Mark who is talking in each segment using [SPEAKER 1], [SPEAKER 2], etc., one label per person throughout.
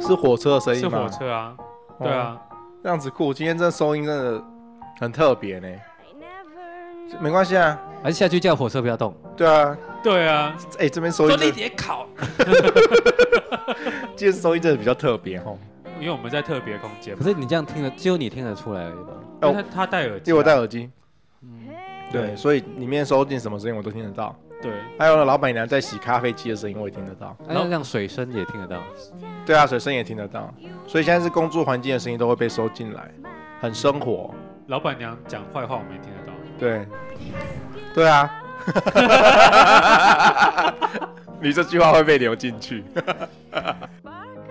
[SPEAKER 1] 是火车的声音
[SPEAKER 2] 是
[SPEAKER 1] 吗？
[SPEAKER 2] 火车啊，对
[SPEAKER 1] 哦，
[SPEAKER 2] 啊，
[SPEAKER 1] 这样子酷。今天这收音真的很特别呢，没关系啊，
[SPEAKER 3] 还是下去叫火车不要动。
[SPEAKER 1] 对啊，
[SPEAKER 2] 对啊，
[SPEAKER 1] 哎、这边收音
[SPEAKER 2] 专利
[SPEAKER 1] 真的，
[SPEAKER 2] 点考，
[SPEAKER 1] 今天收音真的比较特别哦，
[SPEAKER 2] 因为我们在特别空间
[SPEAKER 3] 可，是你这样听得，只有你听得出来而已吧？
[SPEAKER 2] 因为他他戴耳机
[SPEAKER 1] 哦
[SPEAKER 2] 啊，
[SPEAKER 1] 因为我戴耳机，对，
[SPEAKER 2] 对
[SPEAKER 1] 所以里面收进什么声音我都听得到。
[SPEAKER 2] 对，
[SPEAKER 1] 还有呢，老板娘在洗咖啡机的声音我也听得到，
[SPEAKER 3] 那让水声也听得到。
[SPEAKER 1] 对啊，水声也听得到，所以现在是工作环境的声音都会被收进来，很生活。
[SPEAKER 2] 老板娘讲坏话我们也听得到，
[SPEAKER 1] 对，对啊， 你这句话会被留进去。
[SPEAKER 4] Sparkles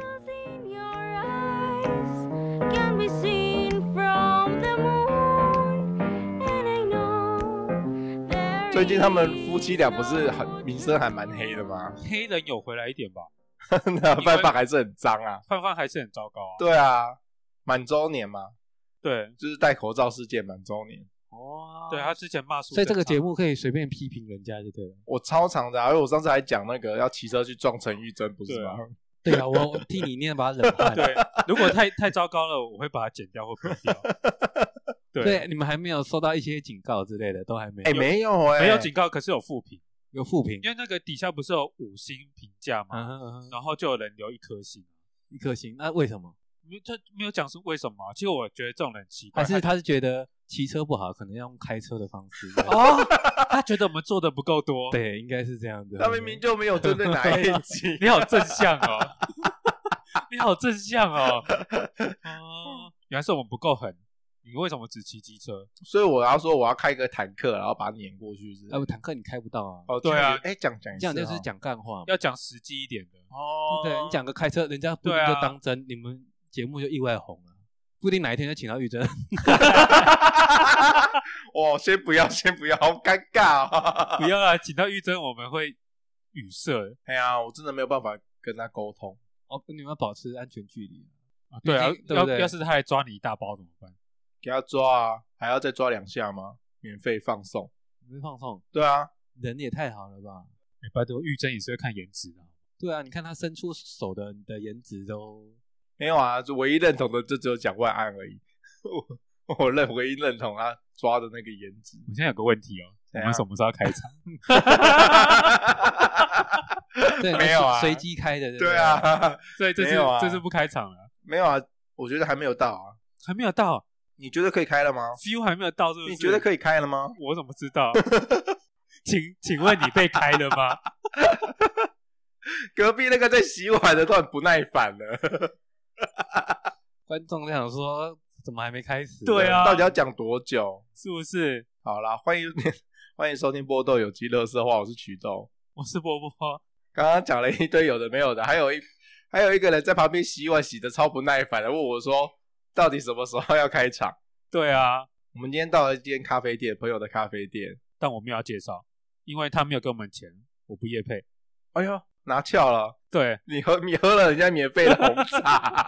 [SPEAKER 4] in your eyes can be seen from the moon, and I know there
[SPEAKER 1] 最近他们夫
[SPEAKER 4] is
[SPEAKER 1] 妻俩不是
[SPEAKER 4] no
[SPEAKER 1] 很名声还蛮黑的吗？
[SPEAKER 2] 黑人有回来一点吧，
[SPEAKER 1] 那饭饭还是很脏啊。
[SPEAKER 2] 范范还是很糟糕啊，
[SPEAKER 1] 对啊，满周年嘛，
[SPEAKER 2] 对，
[SPEAKER 1] 就是戴口罩事件满周年，
[SPEAKER 3] 哦
[SPEAKER 2] 对，他之前骂苏，
[SPEAKER 3] 所以这个节目可以随便批评人家就对了。
[SPEAKER 1] 我超长的、啊，因为我上次还讲那个要骑车去撞陈玉珍，不是吗？
[SPEAKER 3] 对啊，我我替你念把他冷 汗。
[SPEAKER 2] 对，如果太太糟糕了，我会把它剪掉或屏 掉。对，
[SPEAKER 3] 对，你们还没有收到一些警告之类的，都还没有。
[SPEAKER 1] 哎、没有哎、
[SPEAKER 2] 没有警告，可是有负评，
[SPEAKER 3] 有负评。
[SPEAKER 2] 因为那个底下不是有五星评价嘛，
[SPEAKER 3] 嗯哼嗯哼，
[SPEAKER 2] 然后就有人留一颗星，
[SPEAKER 3] 一颗星。那为什么？
[SPEAKER 2] 没他没有讲是为什么啊。其实我觉得这种人奇怪，
[SPEAKER 3] 还是他是觉得骑车不好，可能要用开车的方 式。
[SPEAKER 2] 哦， 他觉得我们做的不够多。，
[SPEAKER 3] 对，应该是这样的。
[SPEAKER 1] 他明明就没有针对哪一 集，
[SPEAKER 2] 你好正向哦， 你好正向哦。哦，原来是我们不够狠。你为什么只骑机车？
[SPEAKER 1] 所以我要说我要开个坦克，然后把它碾过去是不是
[SPEAKER 3] 哎，我坦克你开不到啊，
[SPEAKER 1] 哦，
[SPEAKER 2] 对啊
[SPEAKER 1] 哎，讲讲一次
[SPEAKER 3] 这样就是
[SPEAKER 1] 哦
[SPEAKER 3] 讲干话嘛。
[SPEAKER 2] 要讲实际一点的哦
[SPEAKER 3] 对，你讲个开车，人家不一
[SPEAKER 2] 对
[SPEAKER 3] 定
[SPEAKER 2] 啊
[SPEAKER 3] 就当真，你们节目就意外红了，不一定哪一天就请到玉珍。
[SPEAKER 1] 哦，先不要，先不要，好尴尬、哦。
[SPEAKER 2] 不要啦，请到玉珍我们会语塞。
[SPEAKER 1] 哎呀，我真的没有办法跟他沟通。
[SPEAKER 3] 哦，你们要保持安全距离啊。
[SPEAKER 2] 对啊
[SPEAKER 3] 毕竟，对不
[SPEAKER 2] 要
[SPEAKER 3] 对？
[SPEAKER 2] 要是他来抓你一大包怎么办？哎
[SPEAKER 1] 给他抓啊，还要再抓两下吗？免费放送。
[SPEAKER 3] 你们放松，
[SPEAKER 1] 对啊，
[SPEAKER 3] 人也太好了吧？
[SPEAKER 2] 哎拜托，玉珍也是会看颜值的。
[SPEAKER 3] 对啊，你看他伸出手的，你的颜值都
[SPEAKER 1] 没有啊，唯一认同的就只有蒋万安而已。 我我认唯一认同他抓的那个颜值。
[SPEAKER 2] 我现在有个问题哦，我
[SPEAKER 1] 怎样
[SPEAKER 2] 们什么时候要开场？
[SPEAKER 3] 对，
[SPEAKER 1] 没有啊
[SPEAKER 3] 随随机开的。不
[SPEAKER 1] 对， 啊，
[SPEAKER 2] 所以这
[SPEAKER 1] 没
[SPEAKER 2] 次、
[SPEAKER 1] 有啊
[SPEAKER 2] 这次不开场了，
[SPEAKER 1] 没有啊，我觉得还没有到啊。
[SPEAKER 2] 还没有到
[SPEAKER 1] 你觉得可以开了吗？
[SPEAKER 2] ，view 还没有到，是不是？
[SPEAKER 1] 你觉得可以开了吗？
[SPEAKER 2] 我怎么知道？ 请请问你被开了吗？
[SPEAKER 1] 隔壁那个在洗碗的突然不耐烦了，
[SPEAKER 3] 观众想说怎么还没开始？
[SPEAKER 2] 对 啊
[SPEAKER 1] 到底要讲多久？
[SPEAKER 2] 是不是？
[SPEAKER 1] 好啦，欢迎 欢迎收听波豆有机乐色话，我是曲豆。
[SPEAKER 2] 我是波波，
[SPEAKER 1] 刚刚讲了一堆有的没有的， 还有一还有一个人在旁边洗碗洗的超不耐烦的，问我说到底什么时候要开场？
[SPEAKER 2] 对啊，
[SPEAKER 1] 我们今天到了一间咖啡店，朋友的咖啡店，
[SPEAKER 2] 但我没有要介绍，因为他没有给我们钱，我不夜配。
[SPEAKER 1] 哎呦，拿翘了，
[SPEAKER 2] 对，
[SPEAKER 1] 你喝你喝了人家免费的红 茶，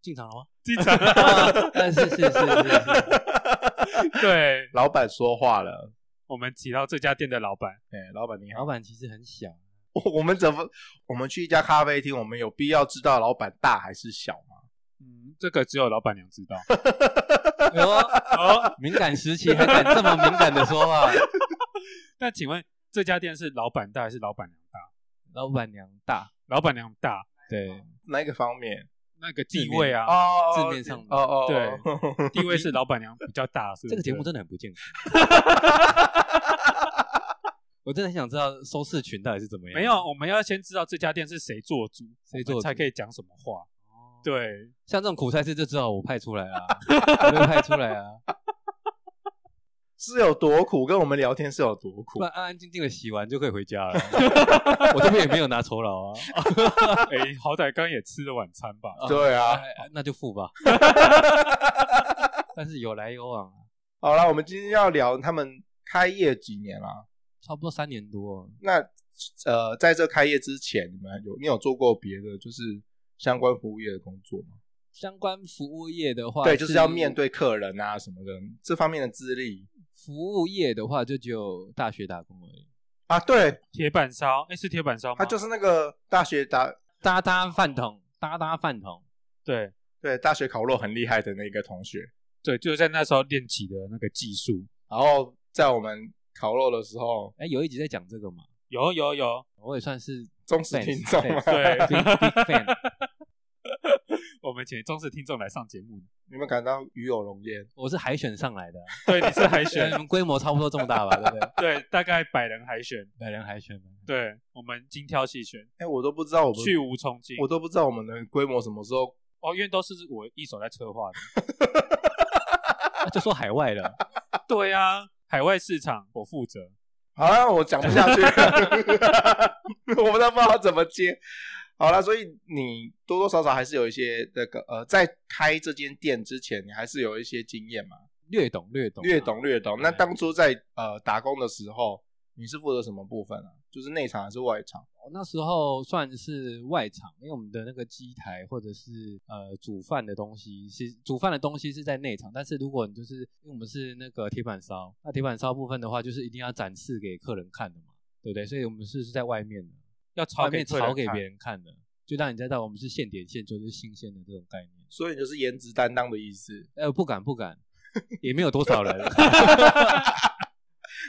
[SPEAKER 3] 进场了吗？
[SPEAKER 2] 经常
[SPEAKER 3] 啊是是是是是，
[SPEAKER 2] 对
[SPEAKER 1] 老板说话了，
[SPEAKER 2] 我们提到这家店的老板，
[SPEAKER 1] 哎、老板你好，
[SPEAKER 3] 老板其实很小，
[SPEAKER 1] 我我们怎么我们去一家咖啡厅，我们有必要知道老板大还是小吗？
[SPEAKER 2] 嗯，这个只有老板娘知道。
[SPEAKER 3] 哎呦
[SPEAKER 2] 哦，
[SPEAKER 3] 敏感时期还敢这么敏感的说话，
[SPEAKER 2] 那请问这家店是老板大还是老板娘大？
[SPEAKER 3] 老板娘大，
[SPEAKER 2] 老板娘大
[SPEAKER 3] 对，
[SPEAKER 1] 哪一个方面？
[SPEAKER 2] 那个地位啊，
[SPEAKER 1] 哦
[SPEAKER 3] 字面上
[SPEAKER 1] 哦哦，
[SPEAKER 2] 对 地位是老板娘比较大，是不是
[SPEAKER 3] 这个节目真的很不健康。 我真的很想知道收视群到底是怎么样。
[SPEAKER 2] 没有，，我们要先知道这家店是谁做主，
[SPEAKER 3] 谁做主哦
[SPEAKER 2] 我们才可以讲什么话。对，
[SPEAKER 3] 像这种苦差事就只好我派出来啊，我就派出来啊，
[SPEAKER 1] 是有多苦，跟我们聊天是有多苦
[SPEAKER 3] 不。然安安静静的洗完就可以回家 了。我这边也没有拿酬劳啊，
[SPEAKER 2] 哎，好歹刚刚也吃了晚餐吧？
[SPEAKER 1] 对 啊，
[SPEAKER 3] 哎那就付吧。但是有来有往啊，
[SPEAKER 1] 好啦，我们今天要聊他们开业几年啦、
[SPEAKER 3] 差不多三年多，哦
[SPEAKER 1] 那呃，在这开业之前，你们有你有做过别的就是相关服务业的工作吗？
[SPEAKER 3] 相关服务业的
[SPEAKER 2] 啊
[SPEAKER 3] 话，
[SPEAKER 1] 对，就是要面对客人啊什么的，这方面的资历
[SPEAKER 3] 服务业的话，就只有大学打工而已。
[SPEAKER 1] 啊。对，
[SPEAKER 2] 铁板烧，哎，是铁板烧吗？
[SPEAKER 1] 他就是那个大学打
[SPEAKER 3] 搭搭饭桶，搭搭饭桶，
[SPEAKER 2] 对
[SPEAKER 1] 对，大学烤肉很厉害的那个同学，
[SPEAKER 2] 对，就是在那时候练起的那个技术。
[SPEAKER 1] 然后在我们烤肉的时候，
[SPEAKER 3] 哎，有一集在讲这个嘛，
[SPEAKER 2] 有有有，
[SPEAKER 3] 我也算 是
[SPEAKER 1] 忠实
[SPEAKER 3] fans，
[SPEAKER 1] 听众啊嘛
[SPEAKER 2] 对
[SPEAKER 3] big big fan，
[SPEAKER 2] 我们请忠实听众来上节目。
[SPEAKER 1] 你们感到与有荣焉。
[SPEAKER 3] 我是海选上来的啊，
[SPEAKER 2] 对，你是海
[SPEAKER 3] 虽
[SPEAKER 2] 选
[SPEAKER 3] 然你，们规模差不多这么大吧，对不对？
[SPEAKER 2] 对，大概百人海选，
[SPEAKER 3] 百人海 选嘛，
[SPEAKER 2] 对我们精挑细选，
[SPEAKER 1] 哎、我都不知道我们，
[SPEAKER 2] 去无穷尽。
[SPEAKER 1] 我都不知道我们的规模什么时候。
[SPEAKER 2] 哦，因为都是我一手在策划的。
[SPEAKER 3] 那啊就说海外了，
[SPEAKER 2] 对啊，海外市场我负责。
[SPEAKER 1] 好了，我讲不下去了，我不知道不知道怎么接。好了，所以你多多少少还是有一些那个呃，在开这间店之前，你还是有一些经验嘛，
[SPEAKER 3] 略懂略懂
[SPEAKER 1] 略懂略懂。那
[SPEAKER 3] 对
[SPEAKER 1] 当初在呃打工的时候，你是负责什么部分啊？就是内场还是外场？
[SPEAKER 3] 我哦那时候算是外场，因为我们的那个机台或者是呃煮饭的东西是煮饭的东西是在内场，但是如果你就是因为我们是那个铁板烧，那铁板烧部分的话就是一定要展示给客人看的嘛，对不对？所以我们是是在外面的，
[SPEAKER 2] 要
[SPEAKER 3] 外
[SPEAKER 2] 炒
[SPEAKER 3] 面
[SPEAKER 2] 给客人
[SPEAKER 3] 炒给
[SPEAKER 2] 看
[SPEAKER 3] 别人看的，就让你知道我们是现点现做，就是新鲜的这种概念。
[SPEAKER 1] 所以你就是颜值担当的意思。
[SPEAKER 3] 呃，不敢不敢，也没有多 少人，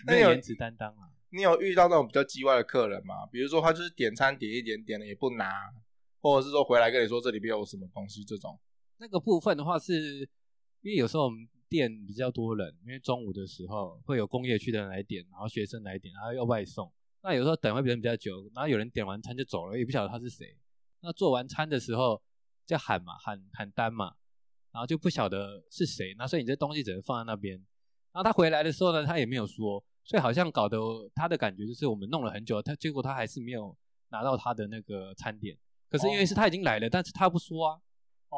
[SPEAKER 1] 那
[SPEAKER 3] 没
[SPEAKER 1] 有
[SPEAKER 3] 有颜值担当啊。
[SPEAKER 1] 你有遇到那种比较叽歪的客人吗？比如说他就是点餐点一点点了也不拿，或者是说回来跟你说这里边有什么东西这种。
[SPEAKER 3] 那个部分的话是，因为有时候我们店比较多人，因为中午的时候会有工业区的人来点，然后学生来点，然后要外送。那有时候等会人比较久，然后有人点完餐就走了，也不晓得他是谁。那做完餐的时候就喊嘛，喊喊单嘛，然后就不晓得是谁，那所以你这东西只能放在那边。然后他回来的时候呢，他也没有说，所以好像搞得我他的感觉就是我们弄了很久，他结果他还是没有拿到他的那个餐点。可是因为是他已经来了，但是他不说啊，
[SPEAKER 1] 哦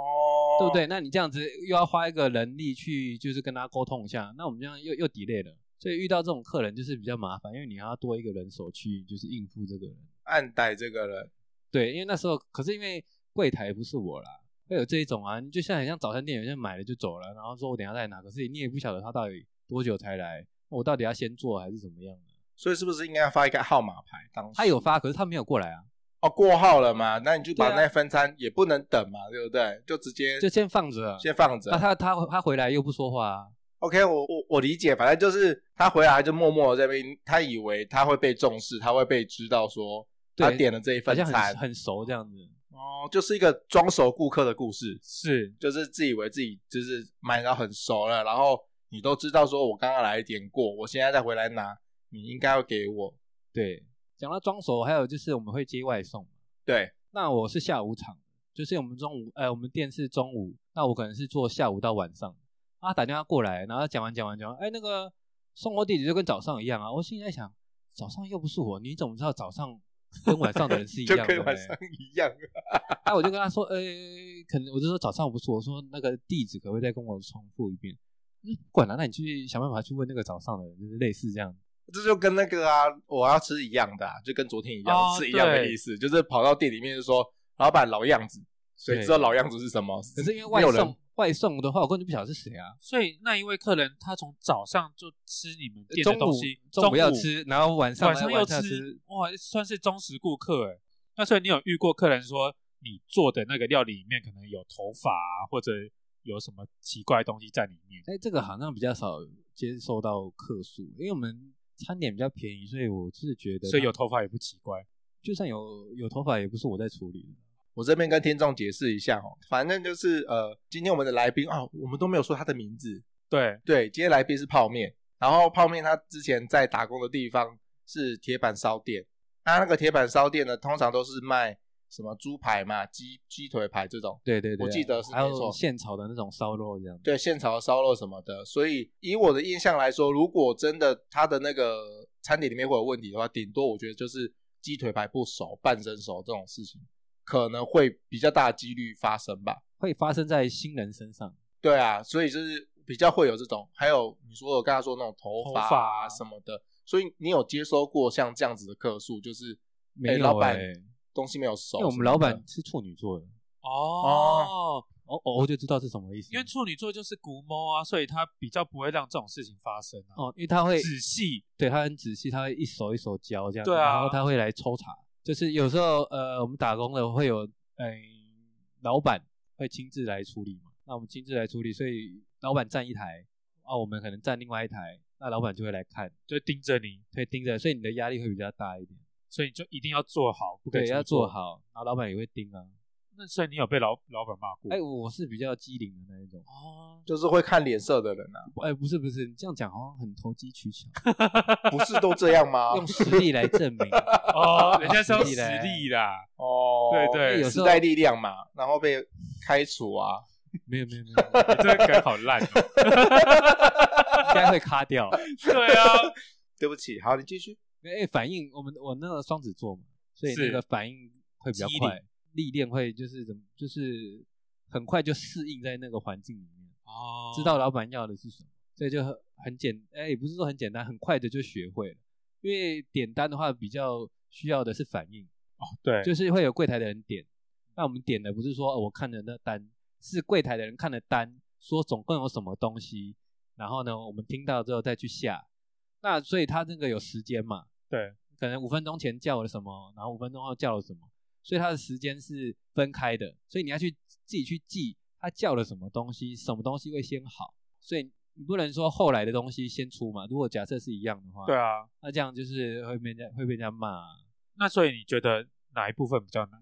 [SPEAKER 3] 对不？对？那你这样子又要花一个人力去，就是跟他沟通一下，那我们这样又又 delay 了，所以遇到这种客人就是比较麻烦，因为你还要多一个人手去就是应付这个人。
[SPEAKER 1] 暗逮这个人，
[SPEAKER 3] 对，因为那时候可是因为柜台不是我啦，会有这一种啊，你就像很像早餐店，有些人买了就走了，然后说我等一下再拿，可是你也不晓得他到底多久才来，我到底要先做还是怎么样的？
[SPEAKER 1] 所以是不是应该要发一个号码牌？当时
[SPEAKER 3] 他有发，可是他没有过来啊，
[SPEAKER 1] 哦过号了嘛？那你就把
[SPEAKER 3] 对啊
[SPEAKER 1] 那份餐也不能等嘛，对不对？就直接
[SPEAKER 3] 就先放着。
[SPEAKER 1] 先放着
[SPEAKER 3] 那。他他他回来又不说话啊，
[SPEAKER 1] OK，我我我理解，反正就是他回来就默默的这边，他以为他会被重视，他会被知道说
[SPEAKER 3] 对
[SPEAKER 1] 他点了这一
[SPEAKER 3] 好
[SPEAKER 1] 份
[SPEAKER 3] 像
[SPEAKER 1] 餐
[SPEAKER 3] 很，很熟这样子。
[SPEAKER 1] 哦，就是一个装熟顾客的故事。
[SPEAKER 2] 是
[SPEAKER 1] 就是自以为自己就是买到很熟了，然后你都知道说我刚刚来点过，我现在再回来拿，你应该要给我。
[SPEAKER 3] 对，讲到装熟，还有就是我们会接外送。
[SPEAKER 1] 对，
[SPEAKER 3] 那我是下午场，就是我们中午，呃，我们店是中午，那我可能是做下午到晚上。他打电话过来，然后讲完讲完讲完，哎，那个送货地址就跟早上一样啊。我心里在想，早上又不是我，你怎么知道早上跟晚上的人 是一
[SPEAKER 1] 就
[SPEAKER 3] 样的
[SPEAKER 1] 跟
[SPEAKER 3] 嘞？
[SPEAKER 1] 晚上一样。
[SPEAKER 3] 哎，我就跟他说，呃，可能我就说早上不是我说那个地址可不可以再跟我重复一遍？他说不管了、那你去想办法去问那个早上的人，就是类似这样。
[SPEAKER 1] 这就跟那个啊，我要吃一样的、啊，就跟昨天一样、
[SPEAKER 2] 哦
[SPEAKER 1] 是一样的
[SPEAKER 2] 对
[SPEAKER 1] 意思，就是跑到店里面就说老板老样子，谁知道老样子是什么？
[SPEAKER 3] 可是因为外
[SPEAKER 1] 没有人
[SPEAKER 3] 送外送的话，我根本就不晓得是谁啊。
[SPEAKER 2] 所以那一位客人，他从早上就吃你们店
[SPEAKER 3] 中
[SPEAKER 2] 的东
[SPEAKER 3] 午
[SPEAKER 2] 西，
[SPEAKER 3] 中午要吃，然后晚上
[SPEAKER 2] 晚上
[SPEAKER 3] 来
[SPEAKER 2] 又
[SPEAKER 3] 下
[SPEAKER 2] 吃，哇，算是忠实顾客哎。那所以你有遇过客人说你做的那个料理里面可能有头发、啊、或者有什么奇怪的东西在里面？
[SPEAKER 3] 哎，这个好像比较少接受到客诉，因为我们餐点比较便宜，所以我是觉得它，
[SPEAKER 2] 所以有头发也不奇怪。
[SPEAKER 3] 就算有有头发，也不是我在处理的。
[SPEAKER 1] 我这边跟听众解释一下哦，反正就是呃，今天我们的来宾啊、哦，我们都没有说他的名字，
[SPEAKER 2] 对，
[SPEAKER 1] 对，今天来宾是泡面，然后泡面他之前在打工的地方是铁板烧店，那那个铁板烧店呢，通常都是卖什么猪排嘛、鸡鸡腿排这种，
[SPEAKER 3] 对对对，啊
[SPEAKER 1] 我记得是
[SPEAKER 3] 还
[SPEAKER 1] 没
[SPEAKER 3] 有
[SPEAKER 1] 错
[SPEAKER 3] 现炒的那种烧肉这样。
[SPEAKER 1] 对，现炒的烧肉什么的。所以以我的印象来说，如果真的他的那个餐点里面会有问题的话，顶多我觉得就是鸡腿排不熟、半生熟这种事情，可能会比较大的几率发生吧。
[SPEAKER 3] 会发生在新人身上。
[SPEAKER 1] 对啊，所以就是比较会有这种，还有你说我刚才说那种头发
[SPEAKER 2] 头发
[SPEAKER 1] 啊
[SPEAKER 2] 啊
[SPEAKER 1] 什么的，所以你有接收过像这样子的客诉，就是
[SPEAKER 3] 没有、
[SPEAKER 1] 哎老板
[SPEAKER 3] 哎
[SPEAKER 1] 东西没有熟什么的，
[SPEAKER 3] 因为我们老板是处女座的，
[SPEAKER 2] 哦，
[SPEAKER 3] 哦哦，我就知道是什么意思。
[SPEAKER 2] 因为处女座就是古猫啊，所以他比较不会让这种事情发生啊。
[SPEAKER 3] 哦，因为他会
[SPEAKER 2] 仔细
[SPEAKER 3] 对他很仔细，他会一手一手教这样子，
[SPEAKER 2] 对啊
[SPEAKER 3] 然后他会来抽查，就是有时候呃，我们打工的会有，嗯、老板会亲自来处理嘛，那我们亲自来处理，所以老板站一台，啊，我们可能站另外一台，那老板就会来看，
[SPEAKER 2] 就盯着你，
[SPEAKER 3] 会盯着，所以你的压力会比较大一点，
[SPEAKER 2] 所以你就一定要做好，不可以
[SPEAKER 3] 对，
[SPEAKER 2] 出
[SPEAKER 3] 要
[SPEAKER 2] 错
[SPEAKER 3] 做。好，然后老板也会盯啊。
[SPEAKER 2] 那所以你有被老老板骂过？
[SPEAKER 3] 哎、我是比较机灵的那一种，
[SPEAKER 2] 哦，
[SPEAKER 1] 就是会看脸色的人啊，
[SPEAKER 3] 哎、不是不是，你这样讲好像很投机取巧，
[SPEAKER 1] 不是都这样吗？
[SPEAKER 3] 用实力来证 明。
[SPEAKER 2] 哦，人家是要实
[SPEAKER 3] 实力嘞
[SPEAKER 2] 力啦，
[SPEAKER 1] 哦，
[SPEAKER 2] 对对
[SPEAKER 3] 有时
[SPEAKER 1] 时
[SPEAKER 3] 候
[SPEAKER 1] 代力量嘛，然后被开除啊，
[SPEAKER 3] 没有没有没有，
[SPEAKER 2] 你这个梗好烂哦。
[SPEAKER 3] 应该会卡 掉。
[SPEAKER 2] 对啊，
[SPEAKER 1] 对不起，好，你继续。
[SPEAKER 3] 哎、反应我们我那个双子座嘛，所以
[SPEAKER 2] 是
[SPEAKER 3] 那个反应会比较
[SPEAKER 2] 机
[SPEAKER 3] 快，历练会就是怎么就是很快就适应在那个环境里面，
[SPEAKER 2] 哦
[SPEAKER 3] 知道老板要的是什么，所以就很很简哎、也不是说很简单，很快的就学会了。因为点单的话，比较需要的是反应，
[SPEAKER 2] 对，
[SPEAKER 3] 就是会有柜台的人点。那我们点的不是说、哦我看的那单，是柜台的人看的单，说总共有什么东西，然后呢，我们听到之后再去下。那所以他那个有时间嘛？
[SPEAKER 2] 对，
[SPEAKER 3] 可能五分钟前叫了什么，然后五分钟后叫了什么，所以他的时间是分开的，所以你要去自己去记他叫了什么东西，什么东西会先好，所以你不能说后来的东西先出嘛。如果假设是一样的话，
[SPEAKER 2] 对啊。
[SPEAKER 3] 那这样就是会被人家会被人家骂啊、
[SPEAKER 2] 那所以你觉得哪一部分比较难？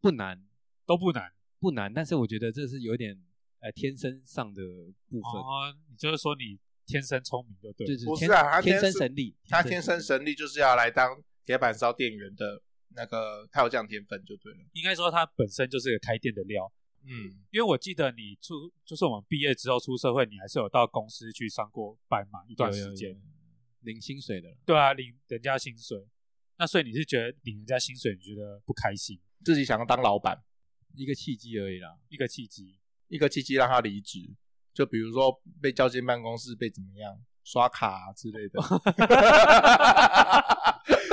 [SPEAKER 3] 不难。
[SPEAKER 2] 都不难
[SPEAKER 3] 不难，但是我觉得这是有点呃天生上的部分，
[SPEAKER 2] 哦，你就是说你天生聪明就对了，
[SPEAKER 3] 就是
[SPEAKER 1] 不
[SPEAKER 3] 天
[SPEAKER 1] 是啊他
[SPEAKER 3] 天
[SPEAKER 1] 天
[SPEAKER 3] 生
[SPEAKER 1] 生
[SPEAKER 3] 神力，
[SPEAKER 1] 他天生神力就是要来当铁板烧店员的那个，他有这样天分就对了。
[SPEAKER 2] 应该说它本身就是个开店的料。
[SPEAKER 1] 嗯，
[SPEAKER 2] 因为我记得你出，就是我们毕业之后出社会，你还是有到公司去上过班嘛，一段时间。
[SPEAKER 3] 有有有领薪水的了，
[SPEAKER 2] 对啊，领人家薪水。那所以你是觉得领人家薪水，你觉得不开心？
[SPEAKER 1] 自己想要当老板，
[SPEAKER 3] 一个契机而已啦。
[SPEAKER 2] 一个契机，
[SPEAKER 1] 一个契机让他离职，就比如说被叫进办公室，被怎么样刷卡、啊、之类的。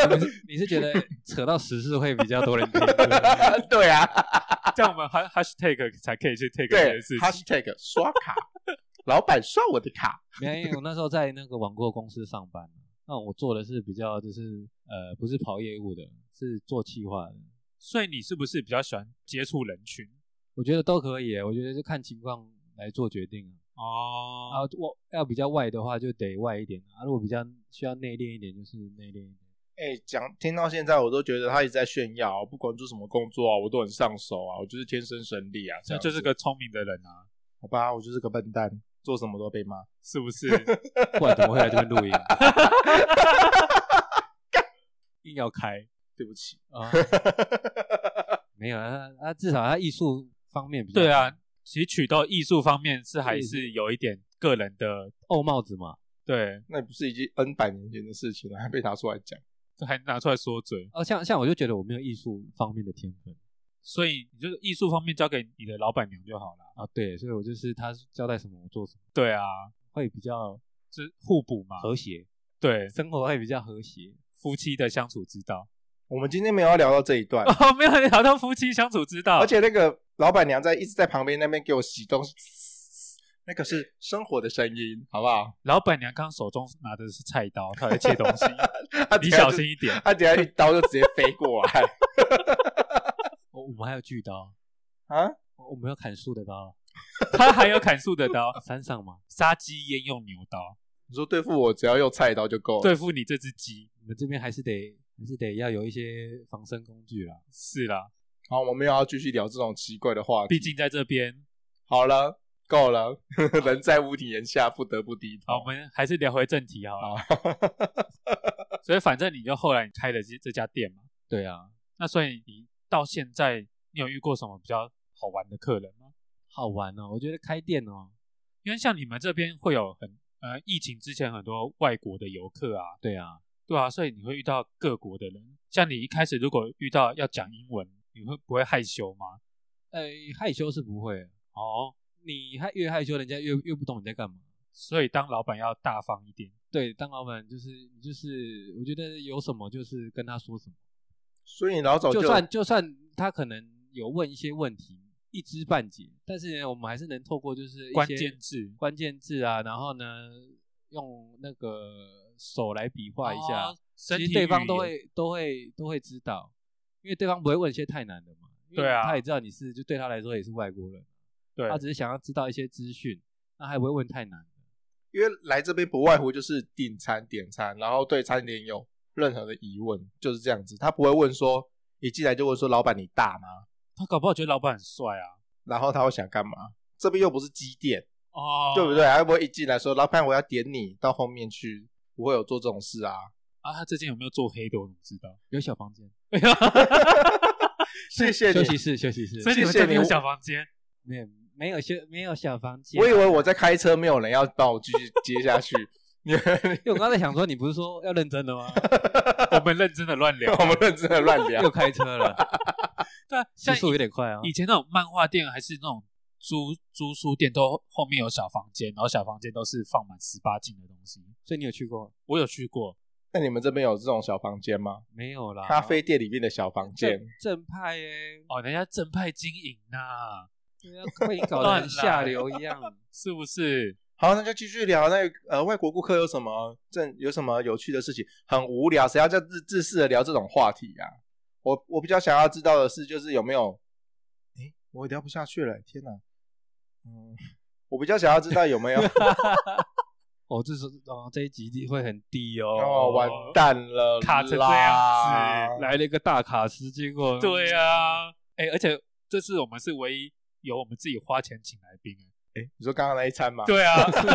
[SPEAKER 3] 你是你是觉得扯到时事会比较多人听？对 不对
[SPEAKER 1] 对啊，
[SPEAKER 2] 这样我们 ha- hashtag 才可以去 take 这
[SPEAKER 1] 对
[SPEAKER 2] 件事情。
[SPEAKER 1] ，#hashtag 刷卡，老板刷我的卡，
[SPEAKER 3] 没有，因为我那时候在那个网购公司上班，那我做的是比较就是呃不是跑业务的，是做企划的。
[SPEAKER 2] 所以你是不是比较喜欢接触人群？
[SPEAKER 3] 我觉得都可以，我觉得就看情况来做决定啊。啊
[SPEAKER 2] 哦，，
[SPEAKER 3] 我要比较外的话就得外一点啊，如果比较需要内敛一点，就是内敛一点。
[SPEAKER 1] 哎、讲听到现在，我都觉得他一直在炫耀，啊不管做什么工作啊，我都很上手啊，我就是天生神力啊，这
[SPEAKER 2] 这
[SPEAKER 1] 样
[SPEAKER 2] 就是
[SPEAKER 1] 子
[SPEAKER 2] 个聪明的人啊，
[SPEAKER 1] 好吧，我就是个笨蛋，做什么都被骂。
[SPEAKER 2] 是不是？
[SPEAKER 3] 不然怎么会来这边录音？硬要开
[SPEAKER 1] 对不起，
[SPEAKER 3] 啊？没有啊，他他至少他艺术方面比较
[SPEAKER 2] 对啊，其实取到艺术方面是还是有一点个人的，
[SPEAKER 3] 哦，帽子嘛，
[SPEAKER 2] 对，
[SPEAKER 1] 那不是已经 N 百年前的事情了，还被拿出来讲？
[SPEAKER 2] 还拿出来说嘴。
[SPEAKER 3] 哦，像像我就觉得我没有艺术方面的天分
[SPEAKER 2] 所以你就是艺术方面交给你的老板娘就好了。
[SPEAKER 3] 啊，对，所以我就是他交代什么我做什么，
[SPEAKER 2] 对啊，
[SPEAKER 3] 会比较
[SPEAKER 2] 就是互补嘛。
[SPEAKER 3] 和谐，
[SPEAKER 2] 对，
[SPEAKER 3] 生活会比较和谐。
[SPEAKER 2] 夫妻的相处之道。
[SPEAKER 1] 我们今天没有要聊到这一段，
[SPEAKER 2] 哦，没有聊到夫妻相处之道，
[SPEAKER 1] 而且那个老板娘在一直在旁边那边给我洗东西，那个是生活的声音，好不好？
[SPEAKER 2] 老板娘刚手中拿的是菜刀，她在切东西，
[SPEAKER 1] 她等
[SPEAKER 2] 你
[SPEAKER 1] 下
[SPEAKER 2] 小
[SPEAKER 1] 就
[SPEAKER 2] 心，一点。
[SPEAKER 1] 她等下一刀就直接飞过来
[SPEAKER 3] 哦我我们还有锯刀，哦
[SPEAKER 1] 啊！
[SPEAKER 3] 我我们有砍树的刀，
[SPEAKER 2] 她还有砍树的刀，
[SPEAKER 3] 山上嘛，
[SPEAKER 2] 杀鸡焉用牛刀，
[SPEAKER 1] 你说对付我只要用菜刀就够了，
[SPEAKER 2] 对付你这只鸡
[SPEAKER 3] 你们这边还是得还是得要有一些防身工具啦。
[SPEAKER 2] 是啦。
[SPEAKER 1] 好，我们没有要继续聊这种奇怪的话
[SPEAKER 2] 毕
[SPEAKER 1] 题。
[SPEAKER 2] 竟在这边，
[SPEAKER 1] 好了，够了， 人在屋顶檐下，不得不低头。
[SPEAKER 2] 好，我们还是聊回正题好了。
[SPEAKER 1] 好
[SPEAKER 2] 所以反正你就后来你开了这这家店嘛，
[SPEAKER 3] 对啊，
[SPEAKER 2] 那所以你到现在，你有遇过什么比较好玩的客人吗？
[SPEAKER 3] 好玩哦，我觉得开店哦，
[SPEAKER 2] 因为像你们这边会有很呃疫情之前很多外国的游客啊，
[SPEAKER 3] 对啊，
[SPEAKER 2] 对啊，所以你会遇到各国的人。像你一开始如果遇到要讲英文，你会不会害羞吗？
[SPEAKER 3] 呃，害羞是不会，
[SPEAKER 2] 哦，
[SPEAKER 3] 你害越害羞，人家越越不懂你在干嘛。
[SPEAKER 2] 所以当老板要大方一点。
[SPEAKER 3] 对，当老板就是你就是，我觉得有什么就是跟他说什么，
[SPEAKER 1] 所以你老早
[SPEAKER 3] 就
[SPEAKER 1] 哦就
[SPEAKER 3] 算就算他可能有问一些问题，一知半解，但是呢，我们还是能透过就是一些
[SPEAKER 2] 关键字
[SPEAKER 3] 关键字啊，然后呢，用那个手来比划一下，
[SPEAKER 2] 哦身
[SPEAKER 3] 其
[SPEAKER 2] 体
[SPEAKER 3] 实对
[SPEAKER 2] 语
[SPEAKER 3] 方都
[SPEAKER 2] 言
[SPEAKER 3] 会都会都会知道，因为对方不会问一些太难的嘛。因为
[SPEAKER 2] 对啊
[SPEAKER 3] 他也知道你是，就对他来说也是外国人，
[SPEAKER 2] 对
[SPEAKER 3] 他只是想要知道一些资讯，那他也不会问太难。
[SPEAKER 1] 因为来这边不外乎就是订餐、点餐，然后对餐点有任何的疑问，就是这样子。他不会问说一进来就问说老板你大吗？
[SPEAKER 2] 他搞不好觉得老板很帅啊，
[SPEAKER 1] 然后他会想干嘛？这边又不是鸡店，
[SPEAKER 2] 哦，
[SPEAKER 1] 对不对？他不会一进来说老板我要点你到后面去，不会有做这种事啊。
[SPEAKER 2] 啊，他最近有没有做黑的？我怎么知道？
[SPEAKER 3] 有小房间，
[SPEAKER 1] 谢谢
[SPEAKER 3] 休
[SPEAKER 1] 你，
[SPEAKER 3] 息室，休息室，
[SPEAKER 2] 所以你们
[SPEAKER 1] 谢谢
[SPEAKER 2] 这
[SPEAKER 1] 你
[SPEAKER 2] 边有小房间，
[SPEAKER 3] 没有没有休没有小房间。
[SPEAKER 1] 我以为我在开车，没有人要帮我继续接下去。 你。
[SPEAKER 3] 因为我刚才想说，你不是说要认真 的吗？
[SPEAKER 2] 我们认真的乱聊
[SPEAKER 1] 我们认真的乱聊
[SPEAKER 3] 又，开车了，
[SPEAKER 2] 对啊，
[SPEAKER 3] 时
[SPEAKER 2] 像
[SPEAKER 3] 速有点快啊。
[SPEAKER 2] 以前那种漫画店还是那种租租书店，都后面有小房间，然后小房间都是放满十八禁的东西。
[SPEAKER 3] 所以你有去过？
[SPEAKER 2] 我有去过，
[SPEAKER 1] 那你们这边有这种小房间吗？
[SPEAKER 3] 没有
[SPEAKER 2] 啊
[SPEAKER 3] 啦，
[SPEAKER 1] 咖啡店里面的小房间
[SPEAKER 3] 正，正派耶，
[SPEAKER 2] 哦，人家正派经营呐、
[SPEAKER 3] 对啊被你搞得很下流一样。
[SPEAKER 2] 是不是？
[SPEAKER 1] 好，那就继续聊那呃外国顾客有什么正有什么有趣的事情？很无聊，谁要在自自私的聊这种话题啊？我我比较想要知道的是，就是有没有？诶，我聊不下去了，天哪！嗯，我比较想要知道有没有
[SPEAKER 3] 哦，这是哦，这一集会很低哦。
[SPEAKER 1] 哦，完蛋了啦，
[SPEAKER 2] 卡成这样
[SPEAKER 3] 来了一个大卡司，结
[SPEAKER 1] 嗯
[SPEAKER 3] 果
[SPEAKER 2] 对，啊，哎、而且这次我们是唯一有我们自己花钱请来宾、哎
[SPEAKER 1] 诶，你说刚刚那一餐吗？
[SPEAKER 2] 对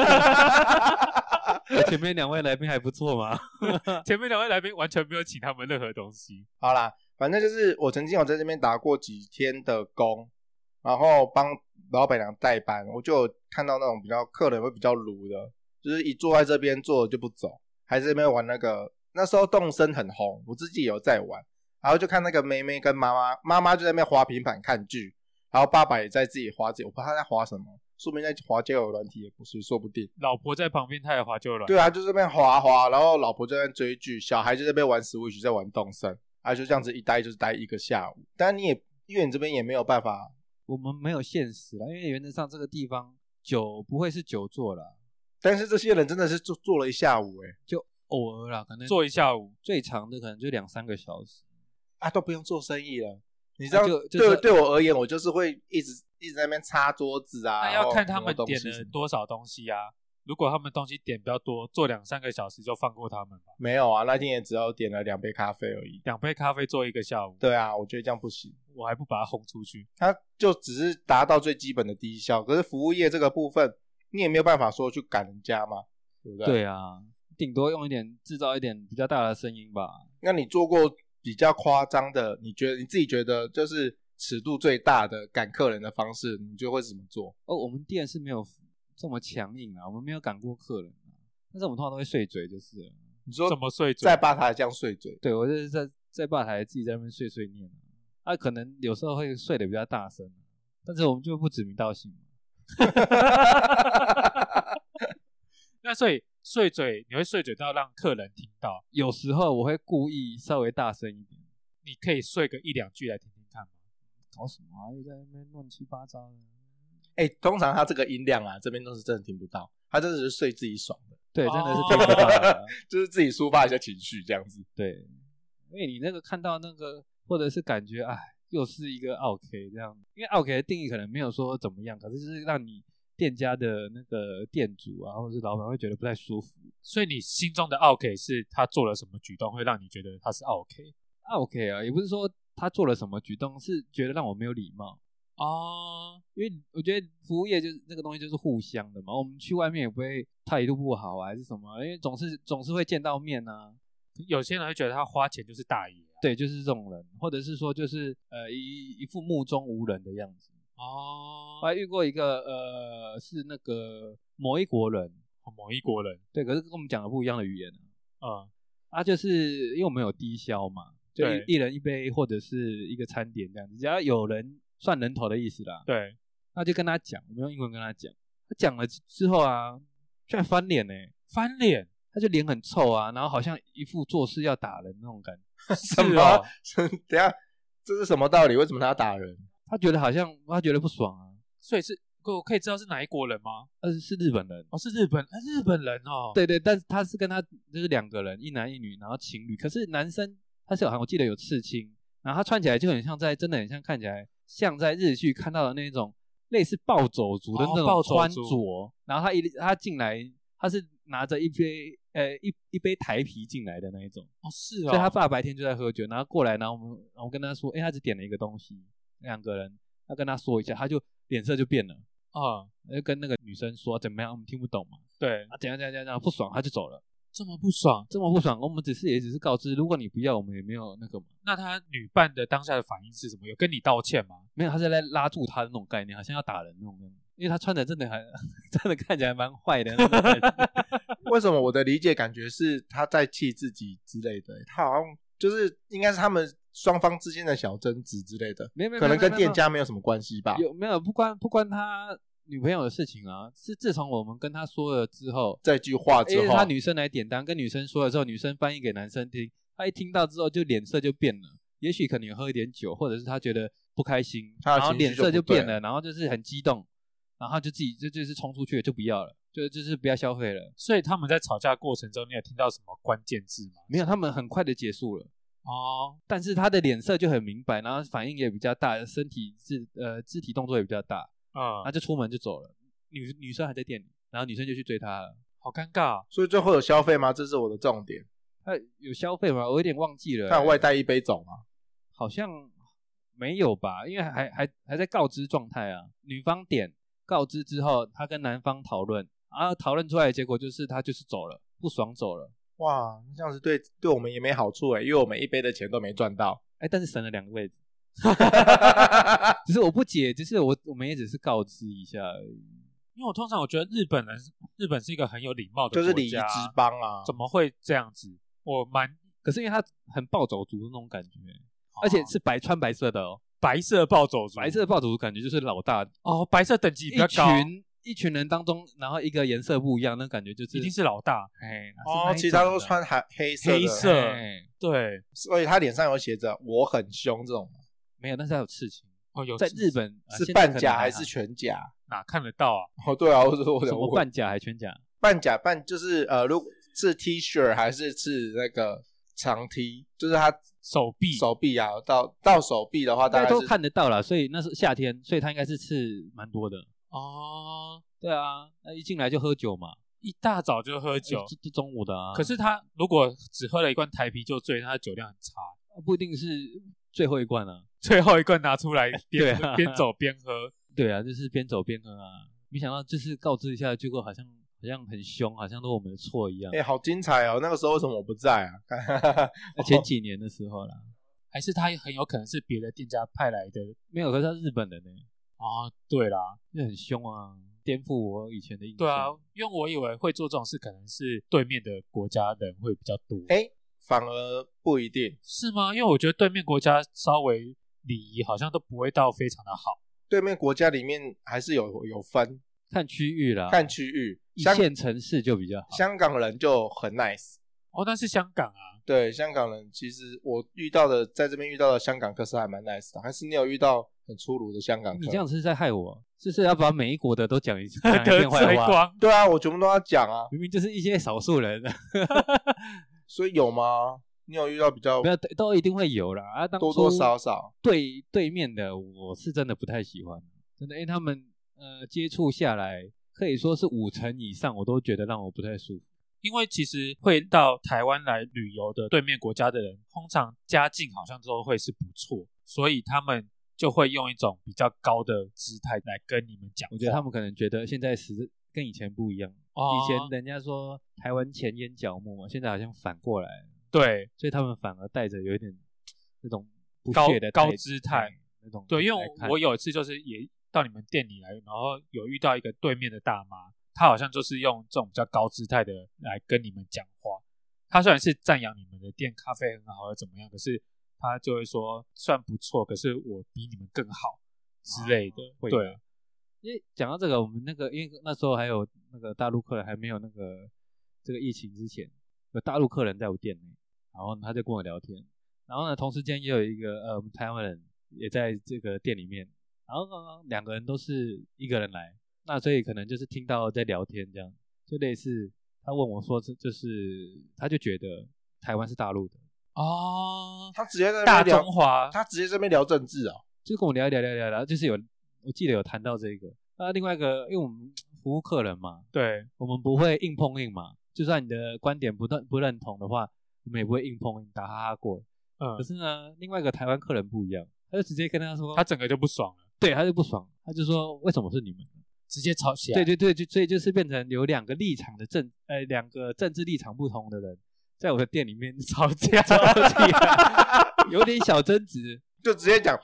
[SPEAKER 2] 啊，
[SPEAKER 3] 哎前面两位来宾还不错嘛。
[SPEAKER 2] 前面两位来宾完全没有请他们任何东西。
[SPEAKER 1] 好啦，反正就是我曾经有在这边打过几天的工，然后帮老板娘代班，我就有看到那种比较客人会比较鲁的，就是一坐在这边坐就不走，还在这边玩那个。那时候动森很红，我自己也有在玩，然后就看那个妹妹跟妈妈，妈妈就在那边滑平板看剧，然后爸爸也在自己滑自己，我不知道他在滑什么，说不定在滑交友软体也不是，说不定。
[SPEAKER 2] 老婆在旁边，他也滑就软。
[SPEAKER 1] 对啊，就这边滑滑，然后老婆在那边追剧，小孩就在那边玩 Switch，在玩动森，啊，就这样子一待就是待一个下午。但你也因为你这边也没有办法，
[SPEAKER 3] 我们没有现实啦，因为原则上这个地方酒不会是酒座啦，
[SPEAKER 1] 但是这些人真的是坐坐了一下午、欸，
[SPEAKER 3] 偶尔啦，可能
[SPEAKER 2] 坐一下午，
[SPEAKER 3] 最长的可能就两三个小时。
[SPEAKER 1] 啊，都不用做生意了。你知道，
[SPEAKER 3] 啊就就
[SPEAKER 1] 对
[SPEAKER 3] 是
[SPEAKER 1] 对我而言，我就是会一直一直在那边擦桌子啊，
[SPEAKER 2] 那
[SPEAKER 1] 然
[SPEAKER 2] 要
[SPEAKER 1] 后
[SPEAKER 2] 看他们
[SPEAKER 1] 挪东
[SPEAKER 2] 点
[SPEAKER 1] 西什
[SPEAKER 2] 了
[SPEAKER 1] 么
[SPEAKER 2] 多少东西啊。如果他们东西点比较多，做两三个小时就放过他们吧。
[SPEAKER 1] 没有啊，那天也只有点了两杯咖啡而已。
[SPEAKER 2] 两杯咖啡做一个下午，
[SPEAKER 1] 对啊，我觉得这样不行。
[SPEAKER 2] 我还不把它轰出去。
[SPEAKER 1] 它就只是达到最基本的低效，可是服务业这个部分，你也没有办法说去赶人家嘛，对不对？
[SPEAKER 3] 对啊，顶多用一点制造一点比较大的声音吧。
[SPEAKER 1] 那你做过比较夸张的，你觉得你自己觉得就是尺度最大的赶客人的方式，你就会怎么做？
[SPEAKER 3] 哦，我们店是没有这么强硬啊，我们没有赶过客人啊，但是我们通常都会碎嘴，就是了
[SPEAKER 1] 你说
[SPEAKER 2] 怎么碎嘴？
[SPEAKER 1] 在吧台这样碎嘴？
[SPEAKER 3] 对我就是在在吧台自己在那边碎碎念啊，啊，可能有时候会碎的比较大声、啊但是我们就不指名道姓嘛。
[SPEAKER 2] 那所以碎嘴，你会碎嘴到让客人听到，
[SPEAKER 3] 有时候我会故意稍微大声一点，
[SPEAKER 2] 你可以碎个一两句来听听看吗？
[SPEAKER 3] 搞什么啊？又在那边乱七八糟的。
[SPEAKER 1] 哎、通常他这个音量啊，这边都是真的听不到，他真的是睡自己爽的，
[SPEAKER 3] 对，真的是
[SPEAKER 2] 哦
[SPEAKER 3] 听不到的啊。
[SPEAKER 1] 就是自己抒发一下情绪这样子。
[SPEAKER 3] 对，因为你那个看到那个，或者是感觉，哎，又是一个 OK 这样。因为 OK 的定义可能没有说怎么样，可是就是让你店家的那个店主啊，或者是老板会觉得不太舒服。
[SPEAKER 2] 所以你心中的 OK 是他做了什么举动会让你觉得他是 OK
[SPEAKER 3] OK 啊，也不是说他做了什么举动，是觉得让我没有礼貌。
[SPEAKER 2] 哦，
[SPEAKER 3] 因为我觉得服务业就是那个东西就是互相的嘛，我们去外面也不会态度不好啊，还是什么，因为总是总是会见到面啊。
[SPEAKER 2] 有些人会觉得他花钱就是大爷啊、
[SPEAKER 3] 对，就是这种人，或者是说就是呃一一副目中无人的样子。我
[SPEAKER 2] 哦，
[SPEAKER 3] 还遇过一个呃，是那个某一国人，
[SPEAKER 2] 某一国人，
[SPEAKER 3] 对，可是跟我们讲的不一样的语言啊。
[SPEAKER 2] 嗯，
[SPEAKER 3] 啊，就是因为我们有低消嘛，就
[SPEAKER 2] 对
[SPEAKER 3] 一一人一杯或者是一个餐点这样子，只要有人算人头的意思啦。
[SPEAKER 2] 对，
[SPEAKER 3] 那就跟他讲，我们用英文跟他讲。他讲了之后啊，居然翻脸呢、
[SPEAKER 2] 翻脸
[SPEAKER 3] 他就脸很臭啊，然后好像一副做事要打人那种感觉。
[SPEAKER 2] 是
[SPEAKER 1] 么
[SPEAKER 2] 哦，
[SPEAKER 1] 等一下这是什么道理？为什么他要打人？
[SPEAKER 3] 他觉得好像他觉得不爽啊，
[SPEAKER 2] 所以是我可以知道是哪一国人吗？
[SPEAKER 3] 但呃是是日本人。
[SPEAKER 2] 哦，是日本，哎日本人哦，
[SPEAKER 3] 对对，但是他是跟他就是两个人，一男一女，然后情侣。可是男生他是有，好像我记得有刺青，然后他穿起来就很像在，真的很像看起来像在日剧看到的那种类似暴走族的
[SPEAKER 2] 哦
[SPEAKER 3] 那
[SPEAKER 2] 暴
[SPEAKER 3] 种
[SPEAKER 2] 走
[SPEAKER 3] 穿
[SPEAKER 2] 族
[SPEAKER 3] 着。然后他一他进来，他是拿着一杯呃一一杯台啤进来的那一种，
[SPEAKER 2] 哦，是
[SPEAKER 1] 啊
[SPEAKER 3] 所以他爸白天就在喝酒，然后过来，然后我们然后我跟他说，哎、他只点了一个东西，两个人，要跟他说一下，他就脸色就变了。
[SPEAKER 2] 啊，
[SPEAKER 3] 就跟那个女生说怎么样，我们听不懂嘛，
[SPEAKER 2] 对，
[SPEAKER 3] 啊，怎样怎样怎样怎样，不爽他就走了，
[SPEAKER 2] 这么不爽，
[SPEAKER 3] 这么不爽，我们只是也只是告知，如果你不要，我们也没有那个嘛，
[SPEAKER 2] 那他女伴的当下的反应是什么？有跟你道歉吗？
[SPEAKER 3] 没有，他是在拉住他的那种概念，好像要打人那种，因为他穿的真 的很，真的看起来蛮坏的那种感 觉，
[SPEAKER 1] 为什么我的理解感觉是他在气自己之类的、他好像就是应该是他们双方之间的小争执之类的，
[SPEAKER 3] 没有没有，
[SPEAKER 1] 可能
[SPEAKER 3] 没有
[SPEAKER 1] 跟店家没有什么关系吧
[SPEAKER 3] 没。有没有有没有不关不关他女朋友的事情啊，是自从我们跟他说了之后，
[SPEAKER 1] 这句话
[SPEAKER 3] 因为
[SPEAKER 1] 之后
[SPEAKER 3] 哎他，女生来点单，跟女生说了之后，女生翻译给男生听，他一听到之后就脸色就变了。也许可能有喝一点酒，或者是他觉得不开心，
[SPEAKER 1] 他的
[SPEAKER 3] 然后
[SPEAKER 1] 情绪
[SPEAKER 3] 脸色
[SPEAKER 1] 就
[SPEAKER 3] 就
[SPEAKER 1] 不对
[SPEAKER 3] 变了，然后就是很激动，然后就自己就就是冲出去了就不要了，就就是不要消费了。
[SPEAKER 2] 所以他们在吵架过程中，你有听到什么关键字吗？
[SPEAKER 3] 没有，他们很快的结束了，
[SPEAKER 2] 哦，
[SPEAKER 3] 但是他的脸色就很明白，然后反应也比较大，身体肢呃肢体动作也比较大，
[SPEAKER 2] 嗯
[SPEAKER 1] 啊
[SPEAKER 3] 他，就出门就走了。女女生还在店里，然后女生就去追他了。
[SPEAKER 2] 好尴尬哦，
[SPEAKER 1] 所以最后有消费吗？这是我的重点。
[SPEAKER 3] 他有消费吗？我有点忘记了、
[SPEAKER 1] 他有外带一杯走吗？
[SPEAKER 3] 好像没有吧，因为还还还在告知状态啊。女方点告知之后，他跟男方讨论，啊，讨论出来的结果就是他就是走了，不爽走了。
[SPEAKER 1] 哇，这样子对对我们也没好处哎、因为我们一杯的钱都没赚到。
[SPEAKER 3] 哎，但是省了两个位置。 只是我不解，只是我我们也只是告知一下而已。
[SPEAKER 2] 因为我通常我觉得日本人，日本是一个很有礼貌的
[SPEAKER 1] 就
[SPEAKER 2] 国家，
[SPEAKER 1] 是礼仪之邦啊，
[SPEAKER 2] 怎么会这样子？我蛮
[SPEAKER 3] 可是因为他很暴走族的那种感觉，而且是白穿白色的哦，
[SPEAKER 2] 白色暴走族，
[SPEAKER 3] 白色的暴走族感觉就是老大，
[SPEAKER 2] 哦，白色等级比
[SPEAKER 3] 一
[SPEAKER 2] 较高，
[SPEAKER 3] 群一群人当中，然后一个颜色不一样，那感觉就是
[SPEAKER 2] 一定是老大，
[SPEAKER 3] 哎，
[SPEAKER 1] 哦，其他都穿黑黑色的
[SPEAKER 2] 黑色
[SPEAKER 3] 哎
[SPEAKER 2] 对，
[SPEAKER 1] 所以他脸上有写着“我很凶”这种，
[SPEAKER 3] 没有，但是他有刺青。
[SPEAKER 2] 哦，有
[SPEAKER 3] 在日本呃
[SPEAKER 1] 是
[SPEAKER 3] 现在
[SPEAKER 1] 半
[SPEAKER 3] 可能
[SPEAKER 1] 甲
[SPEAKER 3] 还
[SPEAKER 1] 还
[SPEAKER 3] 好
[SPEAKER 1] 是全甲？
[SPEAKER 2] 哪看得到啊？
[SPEAKER 1] 哦，对啊，我说我
[SPEAKER 3] 什
[SPEAKER 1] 有
[SPEAKER 3] 么
[SPEAKER 1] 问
[SPEAKER 3] 半甲还全甲？
[SPEAKER 1] 半甲半就是呃，如果是 T 恤还是是那个长 T，就是他
[SPEAKER 2] 手臂
[SPEAKER 1] 手臂啊，到到手臂的话，大
[SPEAKER 3] 大
[SPEAKER 1] 概
[SPEAKER 3] 家都
[SPEAKER 1] 是
[SPEAKER 3] 看得到啦，所以那是夏天，所以他应该是刺蛮多的。
[SPEAKER 2] 哦，
[SPEAKER 3] 对啊，那一进来就喝酒嘛，
[SPEAKER 2] 一大早就喝酒。
[SPEAKER 3] 这这中午的啊。
[SPEAKER 2] 可是他如果只喝了一罐台啤就醉，那他酒量很差。
[SPEAKER 3] 不一定是最后一罐啊。
[SPEAKER 2] 最后一罐拿出来，边、
[SPEAKER 3] 对 啊
[SPEAKER 2] 边走边喝，
[SPEAKER 3] 对啊，就是边走边喝啊。没想到就是告知一下，结果好像好像很凶，好像都我们的错一样
[SPEAKER 1] 哎、。好精彩哦！那个时候为什么我不在啊？
[SPEAKER 3] 前几年的时候啦，
[SPEAKER 2] 还是他很有可能是别的店家派来的
[SPEAKER 3] 没有，可是他日本人呢、
[SPEAKER 2] 啊、对啦，
[SPEAKER 3] 就很凶啊，颠覆我以前的印象。
[SPEAKER 2] 对啊，，因为我以为会做这种事，可能是对面的国家人会比较多，
[SPEAKER 1] 哎、反而不一定。
[SPEAKER 2] 是吗？因为我觉得对面国家稍微礼仪好像都不会到非常的好。
[SPEAKER 1] 对面国家里面还是有有分，
[SPEAKER 3] 看区域啦，
[SPEAKER 1] 看区域。
[SPEAKER 3] 啊一
[SPEAKER 1] 香
[SPEAKER 3] 线城市就比较好。
[SPEAKER 1] 香港人就很 nice，
[SPEAKER 2] 哦，那是香港 啊，
[SPEAKER 1] 对香港人，其实我遇到的，在这边遇到的香港客是还蛮 nice 的。还是你有遇到很粗鲁的香港客？
[SPEAKER 3] 你这样是在害我，就是要把每一国的都 讲一讲一
[SPEAKER 2] 得
[SPEAKER 3] 遍坏
[SPEAKER 2] 罪
[SPEAKER 3] 话。
[SPEAKER 2] 啊光
[SPEAKER 1] 对啊，我全部都要讲啊，
[SPEAKER 3] 明明就是一些少数人，啊
[SPEAKER 1] 所以有吗？你有遇到比较
[SPEAKER 3] 没有都都一定会有啦。啊，当初
[SPEAKER 1] 多多少少？
[SPEAKER 3] 对对面的，我是真的不太喜欢，真的，因为他们呃接触下来，可以说是五成以上，我都觉得让我不太舒服。
[SPEAKER 2] 因为其实会到台湾来旅游的对面国家的人，通常家境好像都会是不错，所以他们就会用一种比较高的姿态来跟你们讲话。
[SPEAKER 3] 我觉得他们可能觉得现在时跟以前不一样，
[SPEAKER 2] 哦
[SPEAKER 3] 以前人家说台湾前烟角木嘛，现在好像反过来，
[SPEAKER 2] 对
[SPEAKER 3] 所以他们反而带着有一点那种不
[SPEAKER 2] 高
[SPEAKER 3] 屑的
[SPEAKER 2] 高
[SPEAKER 3] 态度
[SPEAKER 2] 姿态
[SPEAKER 3] 哎那种
[SPEAKER 2] 对，因
[SPEAKER 3] 来
[SPEAKER 2] 为
[SPEAKER 3] 看
[SPEAKER 2] 我有一次就是也到你们店里来，然后有遇到一个对面的大妈，她好像就是用这种比较高姿态的来跟你们讲话。她虽然是赞扬你们的店咖啡很好，怎么样，可是她就会说算不错，可是我比你们更好之类啊的。
[SPEAKER 3] 会
[SPEAKER 2] 对，
[SPEAKER 3] 因为讲到这个，我们那个因为那时候还有那个大陆客人还没有那个这个疫情之前，有大陆客人在我店内，然后他就跟我聊天，然后呢，同时间也有一个呃我们台湾人也在这个店里面，然后刚刚两个人都是一个人来，那所以可能就是听到在聊天这样，就类似他问我说这就是他就觉得台湾是大陆的，
[SPEAKER 2] 哦，
[SPEAKER 1] 他直接在那
[SPEAKER 2] 大
[SPEAKER 1] 边聊
[SPEAKER 2] 中，华，
[SPEAKER 1] 他直接在那边聊政治啊，
[SPEAKER 3] 就跟我聊一聊聊一聊，然后就是有我记得有谈到这个。那另外一个，因为我们服务客人嘛，
[SPEAKER 2] 对，
[SPEAKER 3] 我们不会硬碰硬嘛，就算你的观点不认不认同的话，我们也不会硬碰硬打哈哈过。
[SPEAKER 2] 嗯
[SPEAKER 3] 可，是呢，另外一个台湾客人不一样，他就直接跟他说，
[SPEAKER 2] 他整个就不爽了，
[SPEAKER 3] 对他就不爽，他就说为什么是你们？
[SPEAKER 2] 直接吵起来。
[SPEAKER 3] 对对对，就所以就是变成有两个立场的政，呃，两个政治立场不同的人，在我的店里面吵架，吵 架，有点小争执。
[SPEAKER 1] 就直接讲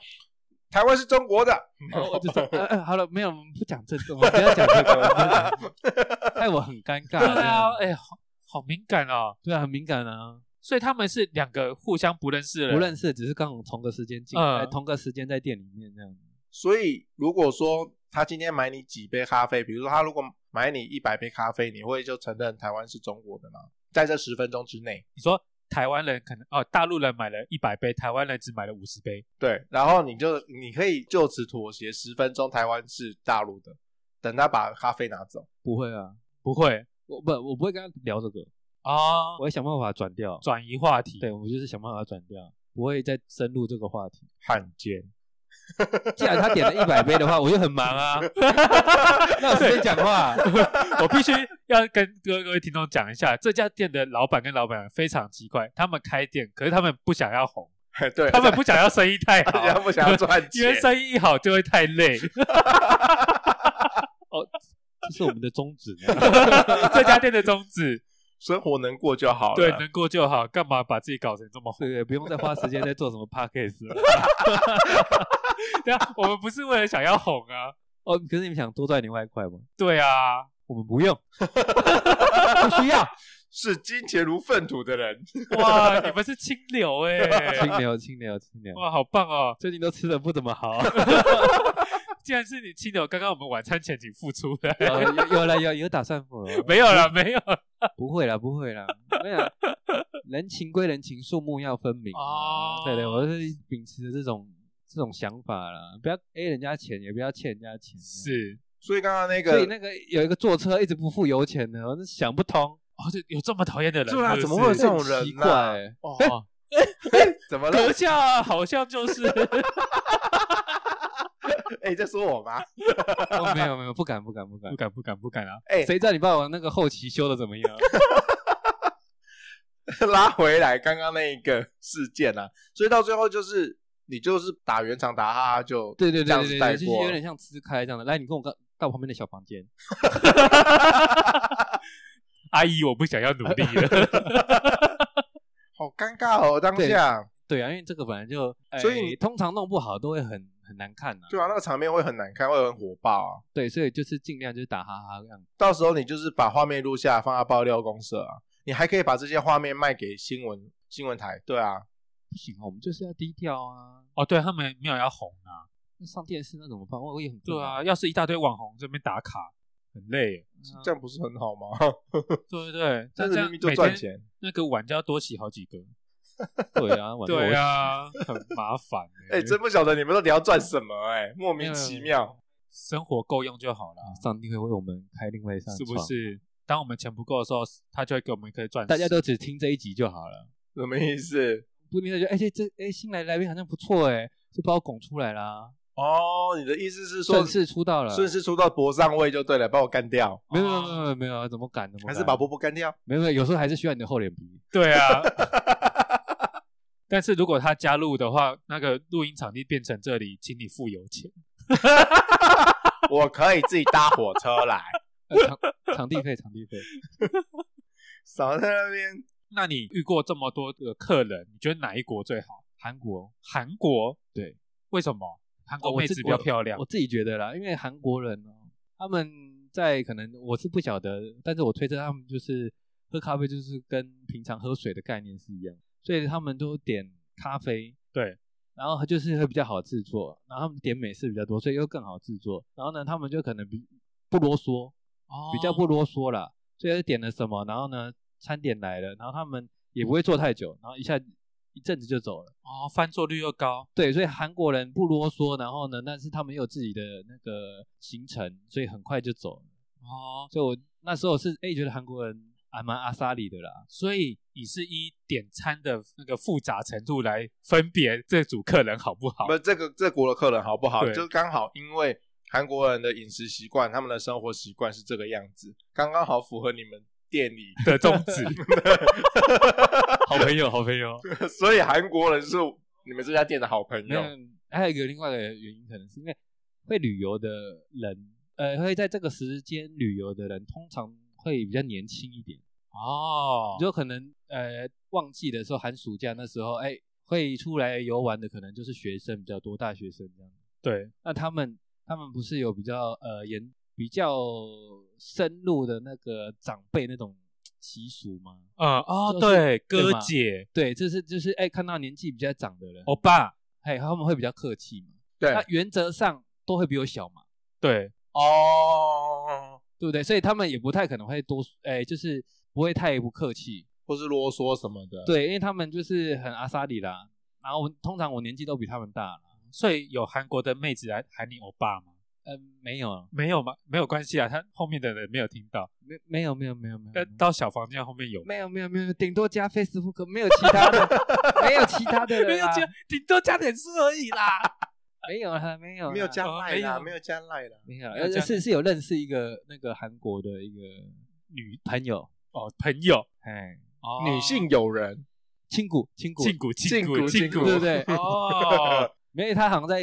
[SPEAKER 1] 台湾是中国的，
[SPEAKER 3] 然后我就说，呃呃，好了，没有，我们不讲政治，我们不要讲这个我们不要讲这个， 害我很尴尬。
[SPEAKER 2] 对啊，
[SPEAKER 3] 这样，
[SPEAKER 2] 哎，好好敏感哦。
[SPEAKER 3] 对啊，很敏感啊，
[SPEAKER 2] 所以他们是两个互相不认识的人，
[SPEAKER 3] 不认识，只是刚好同个时间进，
[SPEAKER 2] 嗯
[SPEAKER 3] 呃同个时间在店里面这样。
[SPEAKER 1] 所以如果说他今天买你几杯咖啡，比如说他如果买你一百杯咖啡，你会就承认台湾是中国的吗？在这十分钟之内，
[SPEAKER 2] 你说台湾人可能哦，大陆人买了一百杯，台湾人只买了五十杯，
[SPEAKER 1] 对，然后你就你可以就此妥协，十分钟台湾是大陆的，等他把咖啡拿走。
[SPEAKER 3] 不会啊，
[SPEAKER 2] 不会
[SPEAKER 3] 我不，我不会跟他聊这个，
[SPEAKER 2] 啊，
[SPEAKER 3] 我会想办法转掉。
[SPEAKER 2] 转移话题。
[SPEAKER 3] 对，我就是想办法转掉，不会再深入这个话题。
[SPEAKER 1] 汉奸，
[SPEAKER 3] 既然他点了一百杯的话，我就很 忙啊，那我随便讲话。
[SPEAKER 2] 我必须要跟各位各位听众讲一下，这家店的老板跟老板娘非常奇怪，他们开店，可是他们不想要红，
[SPEAKER 1] 对，
[SPEAKER 2] 他们不想要生意太
[SPEAKER 1] 而且他
[SPEAKER 2] 好，
[SPEAKER 1] 不想要赚
[SPEAKER 2] 因为
[SPEAKER 1] 钱，
[SPEAKER 2] 生意一好就会太 累。
[SPEAKER 3] 哦这是我们的宗旨呢。
[SPEAKER 2] 这家店的宗旨，
[SPEAKER 1] 生活能过就好了。
[SPEAKER 2] 对，能过就好，啊干嘛把自己搞成这么红？
[SPEAKER 3] 对对，不用再花时间在 做什么 podcast 了。
[SPEAKER 2] 对啊，我们不是为了想要红啊，
[SPEAKER 3] 哦，可是你们想多赚点外快吗？
[SPEAKER 2] 对啊，
[SPEAKER 3] 我们不 用，不需要。
[SPEAKER 1] 是金钱如粪土的人，
[SPEAKER 2] 哇，你们是清流 哎、
[SPEAKER 3] 清流，清流，清流。
[SPEAKER 2] 哇，好棒哦！
[SPEAKER 3] 最近都吃的不怎么 好，哦
[SPEAKER 2] 既然是你亲友，刚刚我们晚餐前请付出的，
[SPEAKER 3] 呃有有了有有打算付了，
[SPEAKER 2] 没有了，没有啦
[SPEAKER 3] 不会啦，不会啦。没有，人情归人情，树木要分明。
[SPEAKER 2] 哦
[SPEAKER 3] 对对，我是秉持着这种这种想法啦，不要 A 人家钱，也不要欠人家钱。这 样
[SPEAKER 2] 是
[SPEAKER 1] 所以刚刚那
[SPEAKER 3] 所
[SPEAKER 1] 个
[SPEAKER 3] 以那个有一个坐车一直不付油钱的，我是想不通，
[SPEAKER 2] 哦，这有这么讨厌的人？
[SPEAKER 1] 对啊
[SPEAKER 2] 是不是
[SPEAKER 1] 怎么会有这种
[SPEAKER 3] 很奇
[SPEAKER 1] 人
[SPEAKER 3] 怪、
[SPEAKER 1] 啊
[SPEAKER 3] 欸。
[SPEAKER 2] 哦，
[SPEAKER 1] 怎么了
[SPEAKER 2] 阁？下啊好像就是，
[SPEAKER 1] 哎、你在说我吗？
[SPEAKER 3] 哦，没有没有，不敢不敢不 敢
[SPEAKER 2] 不。敢不敢不敢啊！
[SPEAKER 1] 哎、
[SPEAKER 3] 谁知道你把我那个后期修的怎 么样？
[SPEAKER 1] 拉回来刚刚那一个事件啊，所以到最后就是你就是打圆场打哈哈就
[SPEAKER 3] 对对
[SPEAKER 1] 这样
[SPEAKER 3] 对
[SPEAKER 1] 子
[SPEAKER 3] 对
[SPEAKER 1] 带
[SPEAKER 3] 对，就是
[SPEAKER 1] 过
[SPEAKER 3] 有
[SPEAKER 1] 了
[SPEAKER 3] 点像支开这样的。来，你跟我到到旁边的小房间。
[SPEAKER 2] 阿姨，我不想要努力了。
[SPEAKER 1] 好尴尬哦，当
[SPEAKER 3] 对
[SPEAKER 1] 下
[SPEAKER 3] 对啊，因为这个本来就，哎
[SPEAKER 1] 所以你
[SPEAKER 3] 通常弄不好都会很很难看啊。
[SPEAKER 1] 对啊，那个场面会很难看，会很火爆啊。
[SPEAKER 3] 对，所以就是尽量就是打哈哈这样子。
[SPEAKER 1] 到时候你就是把画面录下来放到爆料公社啊，你还可以把这些画面卖给新闻新闻台，对啊，
[SPEAKER 2] 嗯
[SPEAKER 3] 不行哦，我们就是要低调啊。
[SPEAKER 2] 哦，对他们没有要红啊，
[SPEAKER 3] 那上电视那怎么办？我我也很困
[SPEAKER 2] 对
[SPEAKER 3] 扰
[SPEAKER 2] 啊，要是一大堆网红这边打卡，很 累。
[SPEAKER 1] 这样不是很好吗？
[SPEAKER 2] 对对对，
[SPEAKER 1] 但是明
[SPEAKER 2] 那 这样
[SPEAKER 1] 明就
[SPEAKER 2] 每
[SPEAKER 1] 赚
[SPEAKER 2] 天
[SPEAKER 1] 钱，
[SPEAKER 2] 那个碗就要多洗好几个。
[SPEAKER 3] 对 啊，晚上
[SPEAKER 2] 对
[SPEAKER 3] 我
[SPEAKER 2] 啊， 很麻 烦欸。
[SPEAKER 1] 哎、真不晓得你们到底要赚什么、哎，莫名其妙。
[SPEAKER 2] 生活够用就好了，
[SPEAKER 3] 上帝会为我们开另外一扇
[SPEAKER 2] 是不
[SPEAKER 3] 窗？
[SPEAKER 2] 是？当我们钱不够的时候，他就会给我们一颗钻石。
[SPEAKER 3] 大家都只听这一集就好了。
[SPEAKER 1] 什么意思？
[SPEAKER 3] 不定他就哎、这这哎、新来来宾好像不错哎、就把我拱出来啦，
[SPEAKER 1] 哦，你的意思是说
[SPEAKER 3] 顺势出道了。
[SPEAKER 1] 顺势出道博上位就对了，把我干掉，
[SPEAKER 3] 没有没有没有没有没有，怎么敢？怎么
[SPEAKER 1] 还
[SPEAKER 3] 敢
[SPEAKER 1] 是把波波干掉？
[SPEAKER 3] 没有没有，有时候还是需要你的厚脸皮。
[SPEAKER 2] 对啊。 但是如果他加入的话，那个录音场地变成这里，请你付油钱。
[SPEAKER 1] 我可以自己搭火车来，
[SPEAKER 3] 呃场场地费，场 地费，
[SPEAKER 1] 少在那边。
[SPEAKER 2] 那你遇过这么多的客人，你觉得哪一国最好？
[SPEAKER 3] 韩国
[SPEAKER 2] 韩国？
[SPEAKER 3] 对，哦
[SPEAKER 2] 为什么？韩国
[SPEAKER 3] 我
[SPEAKER 2] 妹
[SPEAKER 3] 自
[SPEAKER 2] 子比较漂亮
[SPEAKER 3] 我自己觉得啦，因为韩国人哦，他们在可能我是不晓得，但是我推测他们就是喝咖啡就是跟平常喝水的概念是一样，所以他们都点咖啡，
[SPEAKER 2] 对，
[SPEAKER 3] 然后就是会比较好制作，然后他们点美式比较多，所以又更好制作，然后呢，他们就可能比不啰嗦，
[SPEAKER 2] 哦
[SPEAKER 3] 比较不啰嗦啦，所以点了什么，然后呢，餐点来了，然后他们也不会做太久，然后一下一阵子就走了。
[SPEAKER 2] 哦，翻桌率又高。
[SPEAKER 3] 对，所以韩国人不啰嗦，然后呢，但是他们也有自己的那个行程，所以很快就走了。
[SPEAKER 2] 哦，
[SPEAKER 3] 所以我那时候是哎、觉得韩国人还蛮阿萨里的啦。
[SPEAKER 2] 所以你是依点餐的那个复杂程度来分别这组客人好不好？
[SPEAKER 1] 不，这个这国的客人好不好？
[SPEAKER 2] 对
[SPEAKER 1] 就刚好因为韩国人的饮食习惯，他们的生活习惯是这个样子，刚刚好符合你们店里
[SPEAKER 2] 的宗旨，
[SPEAKER 3] 好朋友，好朋友。
[SPEAKER 1] 所以韩国人是你们这家店的好朋
[SPEAKER 3] 没
[SPEAKER 1] 友
[SPEAKER 3] 有，还有一个另外的原因，可能是因为会旅游的人，呃，会在这个时间旅游的人，通常会比较年轻一点。
[SPEAKER 2] 哦，
[SPEAKER 3] 就可能呃旺季的时候，寒暑假那时候，哎、会出来游玩的可能就是学生比较多，大学生这样。
[SPEAKER 2] 对，
[SPEAKER 3] 那他们他们不是有比较呃严比较深入的那个长辈那种习俗吗？
[SPEAKER 2] 嗯，哦，
[SPEAKER 3] 就是
[SPEAKER 2] 对，
[SPEAKER 3] 对
[SPEAKER 2] 哥
[SPEAKER 3] 嘛
[SPEAKER 2] 姐、
[SPEAKER 3] 对，这是就是哎、看到年纪比较长的人，
[SPEAKER 2] 欧巴，
[SPEAKER 3] 嘿，他们会比较客气嘛。
[SPEAKER 1] 对
[SPEAKER 3] 那原则上都会比我小嘛，
[SPEAKER 2] 对，
[SPEAKER 1] 哦，
[SPEAKER 3] 对不对？所以他们也不太可能会多哎、就是不会太不客气。
[SPEAKER 1] 或是啰嗦什么的，
[SPEAKER 3] 对，因为他们就是很阿萨里啦。然后我通常我年纪都比他们大啦。
[SPEAKER 2] 所以有韩国的妹子来喊你欧巴吗？
[SPEAKER 3] 呃，没有啊，
[SPEAKER 2] 没有吗？没有关系啊，他后面的人没有听到，
[SPEAKER 3] 没没有没有没有没有
[SPEAKER 2] 但到小房间后面有，
[SPEAKER 3] 没有没有没有，顶多加 Facebook，没有其他的，没有其他的人
[SPEAKER 2] 没有
[SPEAKER 3] 啦，
[SPEAKER 2] 加，顶多加点字而已啦。
[SPEAKER 3] 没有啦，没有啦，
[SPEAKER 1] 没有加
[SPEAKER 2] 哦
[SPEAKER 1] 赖啦，
[SPEAKER 2] 没有
[SPEAKER 1] 没有加赖啦，
[SPEAKER 3] 没有啦，
[SPEAKER 2] 没有加
[SPEAKER 3] 呃是是有认识一个那个韩国的一个
[SPEAKER 2] 女
[SPEAKER 3] 朋友，
[SPEAKER 2] 哦，朋友，
[SPEAKER 3] 哎，
[SPEAKER 2] 哦
[SPEAKER 1] 女性友人，
[SPEAKER 3] 亲骨亲骨，
[SPEAKER 2] 胫骨，胫骨，
[SPEAKER 1] 胫
[SPEAKER 2] 胫
[SPEAKER 1] 骨
[SPEAKER 2] 骨，
[SPEAKER 3] 对不对？
[SPEAKER 2] 哦
[SPEAKER 3] 没有，他好像在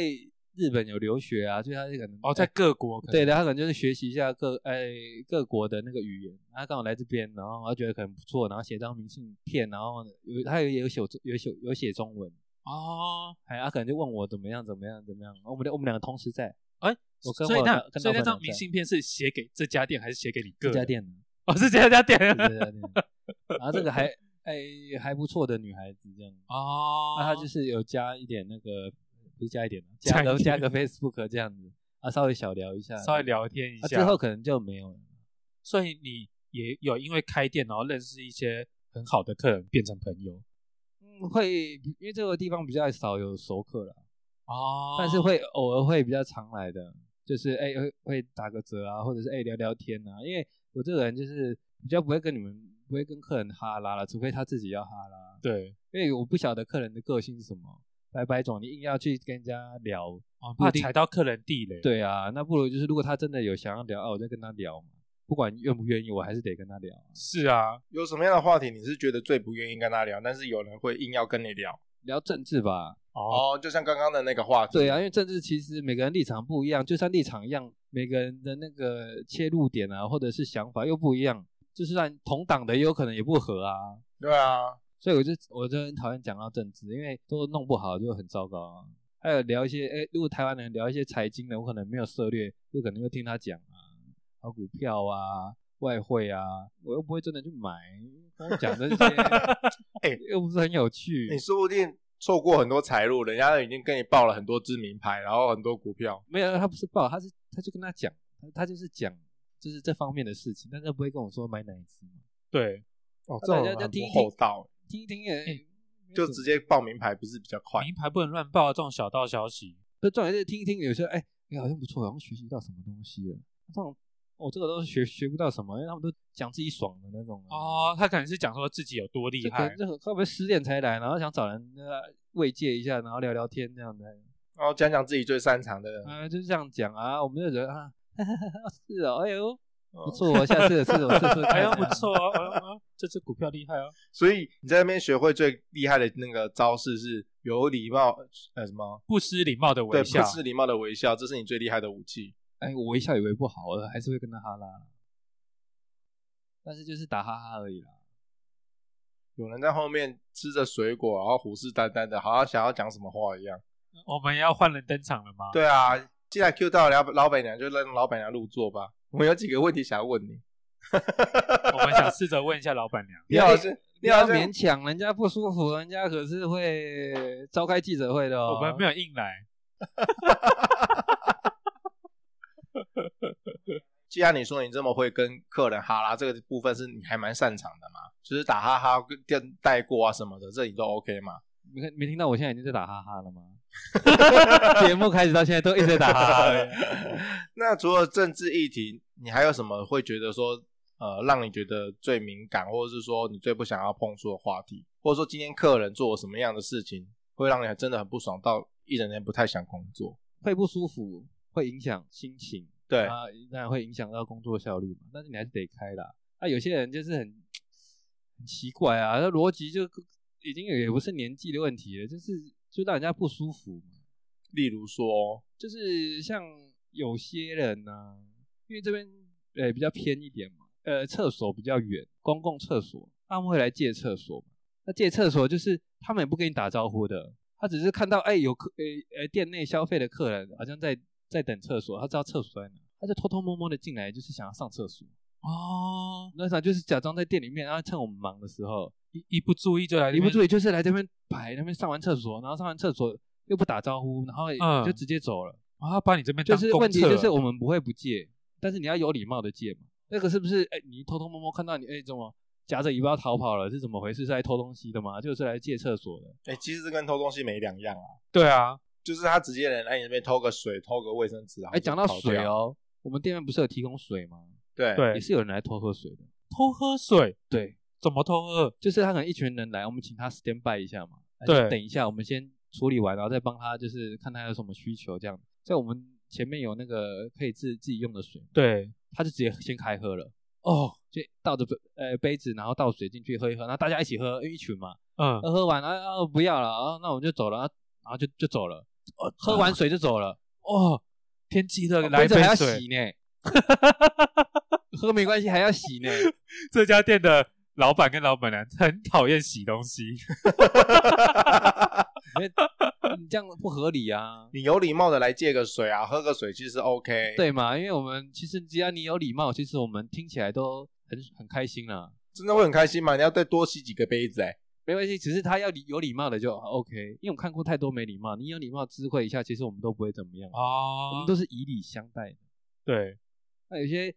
[SPEAKER 3] 日本有留学啊，所以他可能
[SPEAKER 2] 哦，在各国可能
[SPEAKER 3] 对的，他可能就是学习一下各哎各国的那个语言，他刚好来这边，然后他觉得可能不错，然后写张明信片，然后有他也有写中有写有写中文。
[SPEAKER 2] 哦，
[SPEAKER 3] 哎，阿、啊、可能就问我怎么样，怎么样，怎么样？我们俩我们两个同时在，
[SPEAKER 2] 哎，
[SPEAKER 3] 我跟
[SPEAKER 2] 所以
[SPEAKER 3] 我
[SPEAKER 2] 那
[SPEAKER 3] 的跟
[SPEAKER 2] 所以
[SPEAKER 3] 老
[SPEAKER 2] 那
[SPEAKER 3] 板
[SPEAKER 2] 张
[SPEAKER 3] 娘
[SPEAKER 2] 明
[SPEAKER 3] 在
[SPEAKER 2] 信片是写给这家店还是写给你个
[SPEAKER 3] 这
[SPEAKER 2] 人
[SPEAKER 3] 家？店呢，
[SPEAKER 2] 哦，是这家店
[SPEAKER 3] 是这家店。然后这个还哎还不错的女孩子这样，
[SPEAKER 2] 哦，
[SPEAKER 3] 那、她就是有加一点那个，不是加一点嘛，
[SPEAKER 2] 加
[SPEAKER 3] 加
[SPEAKER 2] 一
[SPEAKER 3] 个
[SPEAKER 2] 点
[SPEAKER 3] 加个 Facebook 这样子，啊，稍微小聊一下，
[SPEAKER 2] 稍微聊天一
[SPEAKER 3] 啊，
[SPEAKER 2] 下，
[SPEAKER 3] 之后可能就没有了。
[SPEAKER 2] 所以你也有因为开店，然后认识一些很好的客人，变成朋友
[SPEAKER 3] 嗯，会因为这个地方比较少有熟客了，
[SPEAKER 2] 哦
[SPEAKER 3] 但是会偶尔会比较常来的，就是哎、会会打个折啊，或者是哎、聊聊天啊。因为我这个人就是比较不会跟你们不会跟客人哈拉了，除非他自己要哈拉，
[SPEAKER 2] 对，
[SPEAKER 3] 因为我不晓得客人的个性是什么。白白总，你硬要去跟人家聊，
[SPEAKER 2] 哦
[SPEAKER 3] 不
[SPEAKER 2] 怕
[SPEAKER 3] 一定
[SPEAKER 2] 踩到客人地雷，，
[SPEAKER 3] 对啊，那不如就是如果他真的有想要聊啊，我再跟他聊嘛，不管愿不愿意，我还是得跟他聊啊。
[SPEAKER 2] 是啊，
[SPEAKER 1] 有什么样的话题你是觉得最不愿意跟他聊，但是有人会硬要跟你聊？
[SPEAKER 3] 聊政治吧，
[SPEAKER 2] 哦，
[SPEAKER 1] 哦，就像刚刚的那个话题，
[SPEAKER 3] 对啊，因为政治其实每个人立场不一样，就算立场一样，每个人的那个切入点啊，或者是想法又不一样，就是让同党的也有可能也不合啊。
[SPEAKER 1] 对啊，，
[SPEAKER 3] 所以我就我就很讨厌讲到政治，因为都弄不好就很糟糕啊。还有聊一些，哎、如果台湾人聊一些财经的，我可能没有涉略，就可能就听他讲啊，炒股票啊、外汇啊，我又不会真的去买，跟我讲这些
[SPEAKER 1] 哎
[SPEAKER 3] 又不是很有趣。
[SPEAKER 1] 你说不定错过很多财路，人家已经跟你报了很多知名牌，然后很多股票。
[SPEAKER 3] 没有，他不是报，他是他就跟他讲，他他就是讲就是这方面的事情，但他不会跟我说买哪一支嘛，
[SPEAKER 2] 对，
[SPEAKER 1] 哦，
[SPEAKER 3] 那
[SPEAKER 1] 这种
[SPEAKER 3] 人
[SPEAKER 1] 人
[SPEAKER 3] 家
[SPEAKER 1] 很
[SPEAKER 3] 听
[SPEAKER 1] 不
[SPEAKER 3] 一听
[SPEAKER 1] 厚道，
[SPEAKER 3] 听一听也、
[SPEAKER 2] 哎
[SPEAKER 1] 就直接报名牌不是比较快？
[SPEAKER 2] 名牌不能乱报这种小道消息，
[SPEAKER 3] 就重点是听一听，有时候哎、哎好像不错，好像学习到什么东西了。这种我、这个都是学学不到什么，因为他们都讲自己爽的那种啊。
[SPEAKER 2] 哦，他可能是讲说自己有多厉
[SPEAKER 3] 这可
[SPEAKER 2] 害
[SPEAKER 3] 能，这会不会失恋才来，然后想找人呃慰藉一下，然后聊聊天这样的，
[SPEAKER 1] 然后讲讲自己最擅长的，
[SPEAKER 3] 啊、就是这样讲啊，我们就觉得啊， 是哦，哎呦
[SPEAKER 1] 哦
[SPEAKER 3] 不错哦，下次有事我试试看，
[SPEAKER 2] 哎 呦不错哦，哎呦哎呦这只股票厉害哦，
[SPEAKER 1] 所以你在那边学会最厉害的那个招式是有礼貌，呃，什么？
[SPEAKER 2] 不失礼貌的
[SPEAKER 1] 对，
[SPEAKER 2] 微笑
[SPEAKER 1] 不，失礼貌的微笑，这是你最厉害的武器。
[SPEAKER 3] 哎，我微笑也微不好，我还是会跟他哈拉，但是就是打哈哈而已啦。
[SPEAKER 1] 有人在后面吃着水果，然后虎视眈眈的，好像想要讲什么话一样。
[SPEAKER 2] 我们要换人登场了吗？，
[SPEAKER 1] 对啊，既然 Q 到老老板娘，就让老板娘入座吧。我有几个问题想要问你。
[SPEAKER 2] 我们想试着问一下老板 娘，
[SPEAKER 1] 你好像，
[SPEAKER 3] 不
[SPEAKER 1] 你
[SPEAKER 3] 要
[SPEAKER 1] 好
[SPEAKER 3] 勉
[SPEAKER 1] 像，
[SPEAKER 3] 强人家不舒服，人家可是会召开记者会的哦。
[SPEAKER 2] 我们没有硬来，
[SPEAKER 1] 既然你说你这么会跟客人哈拉，这个部分是你还蛮擅长的嘛，就是打哈哈、跟带过啊什么的，这你都 OK 嘛？
[SPEAKER 3] 你看没听到我现在已经在打哈哈 了吗？节目开始到现在都 一直在打哈哈而已。
[SPEAKER 1] 那除了政治议题，你还有什么会觉得说呃让你觉得最敏感，或者是说你最不想要碰触的话题，或者说今天客人做了什么样的事情，会让你真的很不爽到一整天不太想工作。
[SPEAKER 3] 会不舒服，会影响心情，
[SPEAKER 1] 对，
[SPEAKER 3] 啊，那会影响到工作效率嘛。但是你还是得开啦。啊，有些人就是很很奇怪啊，那逻辑就已经也不是年纪的问题了，就是就让人家不舒服嘛。
[SPEAKER 1] 例如说，
[SPEAKER 3] 就是像有些人呢、因为这边呃比较偏一点嘛，呃厕所比较远，公共厕所，他们会来借厕所嘛。那借厕所就是他们也不跟你打招呼的，他只是看到哎、有客呃呃店内消费的客人好像在在等厕所，他知道厕所在哪，他就偷偷摸摸的进来，就是想要上厕所。
[SPEAKER 2] 哦，
[SPEAKER 3] 那啥就是假装在店里面，然后趁我们忙的时候，
[SPEAKER 2] 一一不注意就来这
[SPEAKER 3] 你
[SPEAKER 2] 边，
[SPEAKER 3] 不注意就是来这边排那边上完厕所，然后上完厕所又不打招呼，然后
[SPEAKER 2] 嗯
[SPEAKER 3] 就直接走了。
[SPEAKER 2] 啊，把你这边
[SPEAKER 3] 就
[SPEAKER 2] 当
[SPEAKER 3] 是
[SPEAKER 2] 公
[SPEAKER 3] 问题
[SPEAKER 2] 厕
[SPEAKER 3] 就是我们不会不借，但是你要有礼貌的借嘛。那个是不是？哎、你偷偷摸摸看到你，哎、怎么夹着尾巴逃跑了？是怎么回事？是来偷东西的吗？就是来借厕所的。
[SPEAKER 1] 哎、其实这跟偷东西没两样啊，
[SPEAKER 2] 对啊，
[SPEAKER 1] 就是他直接人来你那边偷个水，偷个卫生纸，然
[SPEAKER 3] 哎、
[SPEAKER 1] 后就
[SPEAKER 3] 讲到
[SPEAKER 1] 跑
[SPEAKER 3] 水
[SPEAKER 1] 掉，
[SPEAKER 3] 哦，我们店面不是有提供水吗？
[SPEAKER 1] 对
[SPEAKER 2] 对
[SPEAKER 3] 也是有人来偷喝水的。
[SPEAKER 2] 偷喝水
[SPEAKER 3] 对，
[SPEAKER 2] 怎么偷喝？
[SPEAKER 3] 就是他可能一群人来，我们请他 stand by 一下嘛，哎
[SPEAKER 2] 对
[SPEAKER 3] 等一下我们先处理完，然后再帮他就是看他有什么需求这样。在我们前面有那个可以自自己用的水嘛，
[SPEAKER 2] 对，
[SPEAKER 3] 他就直接先开喝了。哦，就倒着杯呃杯子，然后倒水进去喝一喝，然后大家一起喝，因为一群嘛，
[SPEAKER 2] 嗯，
[SPEAKER 3] 喝完啊啊不要了啊，那我们就走了，啊然后就就走了，哦喝完水就走了，
[SPEAKER 2] 哦，天气热，来
[SPEAKER 3] 杯
[SPEAKER 2] 一
[SPEAKER 3] 子还
[SPEAKER 2] 杯
[SPEAKER 3] 要洗
[SPEAKER 2] 水。
[SPEAKER 3] 呢，喝没关系还要洗呢，
[SPEAKER 2] 这家店的老板跟老板娘很讨厌洗东西，
[SPEAKER 3] 你这样不合理啊，
[SPEAKER 1] 你有礼貌的来借个水啊，喝个水其实 OK。，
[SPEAKER 3] 对嘛？因为我们其实只要你有礼貌，其实我们听起来都很很开心啦，
[SPEAKER 1] 真的会很开心嘛？你要再多洗几个杯子哎、
[SPEAKER 3] 没关系，只是他要礼有礼貌的就好 OK，因为我们看过太多没礼貌，你有礼貌知会一下，其实我们都不会怎么样，我
[SPEAKER 2] 哦
[SPEAKER 3] 们，都是以礼相待的。
[SPEAKER 2] 对，
[SPEAKER 3] 那有些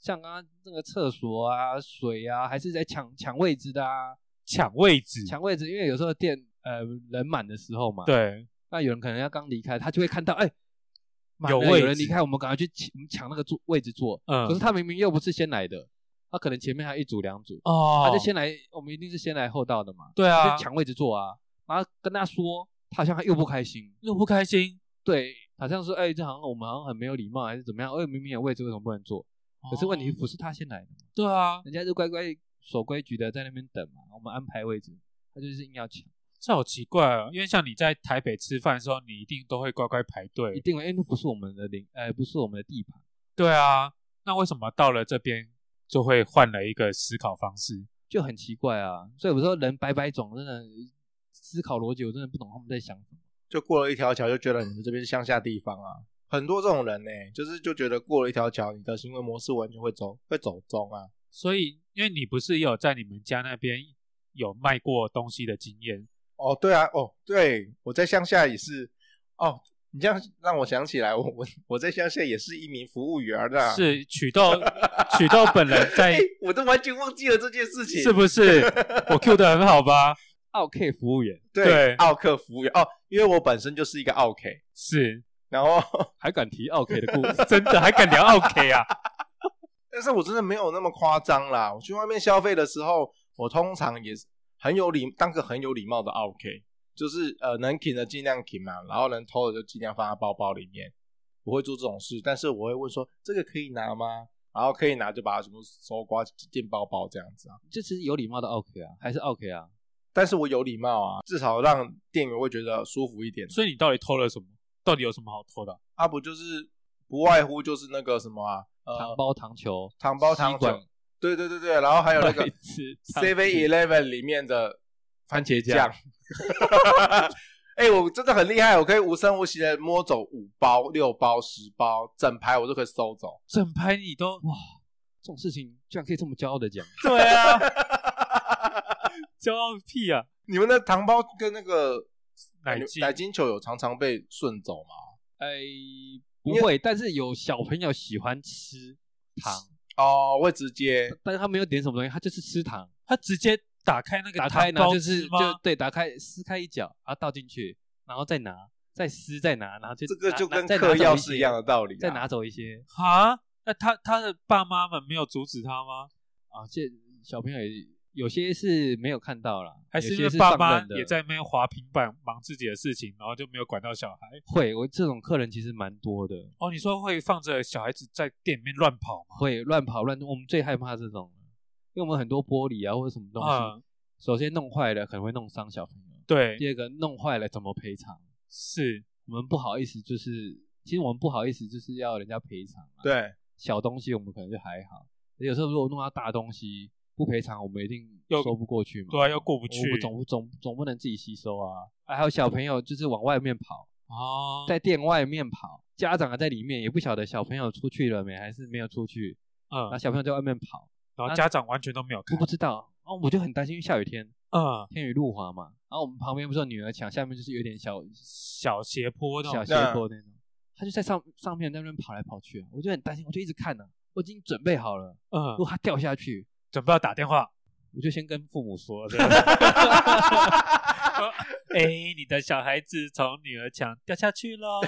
[SPEAKER 3] 像刚刚那个厕所啊、水啊，还是在抢抢位置的啊，
[SPEAKER 2] 抢位置，
[SPEAKER 3] 抢位置，因为有时候店呃人满的时候嘛，，
[SPEAKER 2] 对，
[SPEAKER 3] 那有人可能要刚离开，他就会看到哎。满
[SPEAKER 2] 有
[SPEAKER 3] 了
[SPEAKER 2] 位
[SPEAKER 3] 有人
[SPEAKER 2] 置
[SPEAKER 3] 离开，我们赶快去抢我们抢那个座位置坐。
[SPEAKER 2] 嗯
[SPEAKER 3] 可是他明明又不是先来的，他可能前面还有一组两组，
[SPEAKER 2] 哦
[SPEAKER 3] 他就先来，我们一定是先来后到的嘛，
[SPEAKER 2] 对啊
[SPEAKER 3] 就，抢位置坐啊。然后跟他说，他好像又不开心，
[SPEAKER 2] 又不开心，
[SPEAKER 3] 对，好像说哎、这好像我们好像很没有礼貌，还是怎么样？哎，明明有位置，为什么不能坐？可是问题
[SPEAKER 2] 哦
[SPEAKER 3] 不是他先来的，
[SPEAKER 2] 对啊，
[SPEAKER 3] 人家就乖乖守规矩的在那边等嘛，我们安排位置，他就是硬要抢，
[SPEAKER 2] 这好奇怪哦，因为像你在台北吃饭的时候，你一定都会乖乖排
[SPEAKER 3] 一
[SPEAKER 2] 队，
[SPEAKER 3] 定会，因为那不是我们的领，呃，不是我们的地盘，
[SPEAKER 2] 对啊，那为什么到了这边就会换了一个思考方式？
[SPEAKER 3] 就很奇怪啊。所以我说人百百种，真的思考逻辑，我真的不懂他们在想什么。
[SPEAKER 1] 就过了一条桥，就觉得你们这边是乡下地方啊。很多这种人呢、就是就觉得过了一条桥，你的行为模式完全会走会走中啊。
[SPEAKER 2] 所以，因为你不是也有在你们家那边有卖过东西的经验，
[SPEAKER 1] 哦，对啊，哦，对，我在乡下也是。哦，你这样让我想起来，我我我在乡下也是一名服务员的、啊。
[SPEAKER 2] 是曲豆曲豆本人 在
[SPEAKER 1] 哎，我都完全忘记了这件事情。
[SPEAKER 2] 是不是？我 Q 的很好吧？
[SPEAKER 3] 奥 K 服务员
[SPEAKER 2] 对
[SPEAKER 1] 对，奥克服务员哦，因为我本身就是一个奥 K，
[SPEAKER 2] 是，
[SPEAKER 1] 然后
[SPEAKER 3] 还敢提奥 K 的故事
[SPEAKER 2] 真的还敢聊 OK 啊？
[SPEAKER 1] 但是我真的没有那么夸张啦。我去外面消费的时候，我通常也是很有礼，当个很有礼貌的啊 OK，就是呃能挺的尽量挺嘛，然后能偷的就尽量放在包包里面。我会做这种事，但是我会问说这个可以拿吗？然后可以拿就把它全部搜刮进包包这样子啊。
[SPEAKER 3] 这其实有礼貌的奥 K 啊，还是奥 K 啊？
[SPEAKER 1] 但是我有礼貌啊，至少让店员会觉得舒服一点。
[SPEAKER 2] 所以你到底偷了什么？到底有什么好偷的啊？
[SPEAKER 1] 啊，不就是不外乎就是那个什么啊，呃，
[SPEAKER 3] 糖包糖球，
[SPEAKER 1] 糖包糖
[SPEAKER 3] 吸管
[SPEAKER 1] 酒，对对对对，然后还有那个
[SPEAKER 3] C
[SPEAKER 1] Seven Eleven 里面的
[SPEAKER 3] 番茄
[SPEAKER 1] 酱
[SPEAKER 3] 酱，。
[SPEAKER 1] 哎、我真的很厉害，我可以无声无息的摸走五包、六包、十包，整排我都可以收走。
[SPEAKER 2] 整排你都
[SPEAKER 3] 哇，这种事情居然可以这么骄傲的讲，
[SPEAKER 2] 对啊， 骄傲屁啊！
[SPEAKER 1] 你们的糖包跟那个
[SPEAKER 2] 奶精
[SPEAKER 1] 奶精球有常常被顺走吗？
[SPEAKER 3] 哎，不会，但是有小朋友喜欢吃糖。
[SPEAKER 1] 哦，会直接
[SPEAKER 3] 但是他没有点什么东西，他就是吃糖，
[SPEAKER 2] 他直接打开那个
[SPEAKER 3] 打开
[SPEAKER 2] 糖
[SPEAKER 3] 然后
[SPEAKER 2] 包
[SPEAKER 3] 就是
[SPEAKER 2] 吃吗
[SPEAKER 3] 就对，打开撕开一角，然后倒进去，然后再拿，再撕再拿，然后就
[SPEAKER 1] 这个
[SPEAKER 3] 拿
[SPEAKER 1] 就
[SPEAKER 3] 拿
[SPEAKER 1] 跟
[SPEAKER 3] 再拿
[SPEAKER 1] 嗑
[SPEAKER 3] 走
[SPEAKER 1] 药
[SPEAKER 3] 一
[SPEAKER 1] 是
[SPEAKER 3] 些
[SPEAKER 1] 一样的道理、啊。
[SPEAKER 3] 再拿走一些，
[SPEAKER 2] 啊？那他他的爸妈们没有阻止他吗？
[SPEAKER 3] 啊，这小朋友也有些是没有看到啦，
[SPEAKER 2] 还是
[SPEAKER 3] 有
[SPEAKER 2] 因
[SPEAKER 3] 些
[SPEAKER 2] 为
[SPEAKER 3] 是
[SPEAKER 2] 爸
[SPEAKER 3] 上
[SPEAKER 2] 妈
[SPEAKER 3] 任的
[SPEAKER 2] 也在那边滑平板忙自己的事情，然后就没有管到小孩？
[SPEAKER 3] 会，我这种客人其实蛮多的，
[SPEAKER 2] 哦，你说会放着小孩子在店里面乱跑吗？
[SPEAKER 3] 会乱跑乱动。我们最害怕这种了，因为我们很多玻璃啊或者什么东西，
[SPEAKER 2] 嗯
[SPEAKER 3] 首先弄坏了可能会弄伤小朋友，
[SPEAKER 2] 对，
[SPEAKER 3] 第二个弄坏了怎么赔偿？
[SPEAKER 2] 是
[SPEAKER 3] 我们不好意思，就是其实我们不好意思，就是要人家赔偿、啊。，
[SPEAKER 1] 对，
[SPEAKER 3] 小东西我们可能就还好，有时候如果弄到大东西不赔偿，我们一定
[SPEAKER 2] 又
[SPEAKER 3] 说不过去嘛。
[SPEAKER 2] 对啊，又过不
[SPEAKER 3] 我
[SPEAKER 2] 去
[SPEAKER 3] 们总不总总不能自己吸收啊！啊还有小朋友就是往外面跑，
[SPEAKER 2] 哦，
[SPEAKER 3] 在店外面跑，家长还在里面，也不晓得小朋友出去了没，还是没有出去。
[SPEAKER 2] 嗯
[SPEAKER 3] 然后，小朋友在外面跑，
[SPEAKER 2] 然后家长完全都没有
[SPEAKER 3] 我
[SPEAKER 2] 看
[SPEAKER 3] 不，知道哦，我就很担心，因为下雨天，
[SPEAKER 2] 嗯，
[SPEAKER 3] 天雨路滑嘛。然后我们旁边不是有女儿墙，下面就是有点小
[SPEAKER 2] 小斜坡那
[SPEAKER 3] 小
[SPEAKER 2] 种，
[SPEAKER 3] 斜坡那种，他就在上上面在那边跑来跑去啊，我就很担心，我就一直看呢、我已经准备好了，
[SPEAKER 2] 嗯
[SPEAKER 3] 如，果他掉下去，
[SPEAKER 2] 准备要打电话，
[SPEAKER 3] 我就先跟父母说，
[SPEAKER 2] 哎、你的小孩子从女儿墙掉下去喽，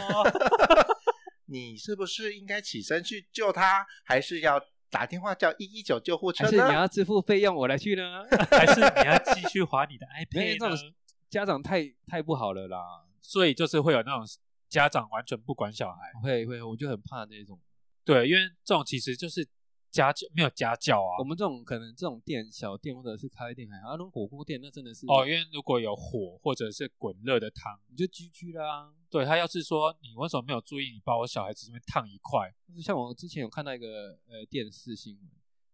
[SPEAKER 1] 你是不是应该起身去救他，还是要打电话叫一一九救护
[SPEAKER 3] 还
[SPEAKER 1] 车
[SPEAKER 3] 是你
[SPEAKER 1] 呢？
[SPEAKER 3] 要支付费用，我来去呢？
[SPEAKER 2] 还是你要继续划 你的
[SPEAKER 3] 没有
[SPEAKER 2] iPad
[SPEAKER 3] 这
[SPEAKER 2] 呢
[SPEAKER 3] 种家长太太不好了啦，
[SPEAKER 2] 所以就是会有那种家长完全不管小孩，
[SPEAKER 3] 会会，我就很怕这种。
[SPEAKER 2] 对，因为这种其实就是家教没有家教啊
[SPEAKER 3] 我。们这种可能这种店小店或者是咖啡店还好，啊，那种火锅店那真的是
[SPEAKER 2] 哦，因为如果有火或者是滚热的汤，
[SPEAKER 3] 你就居居啦。
[SPEAKER 2] 对他要是说你为什么没有注意，你把我小孩子这边烫一块，
[SPEAKER 3] 就是像我之前有看到一个呃电视新闻，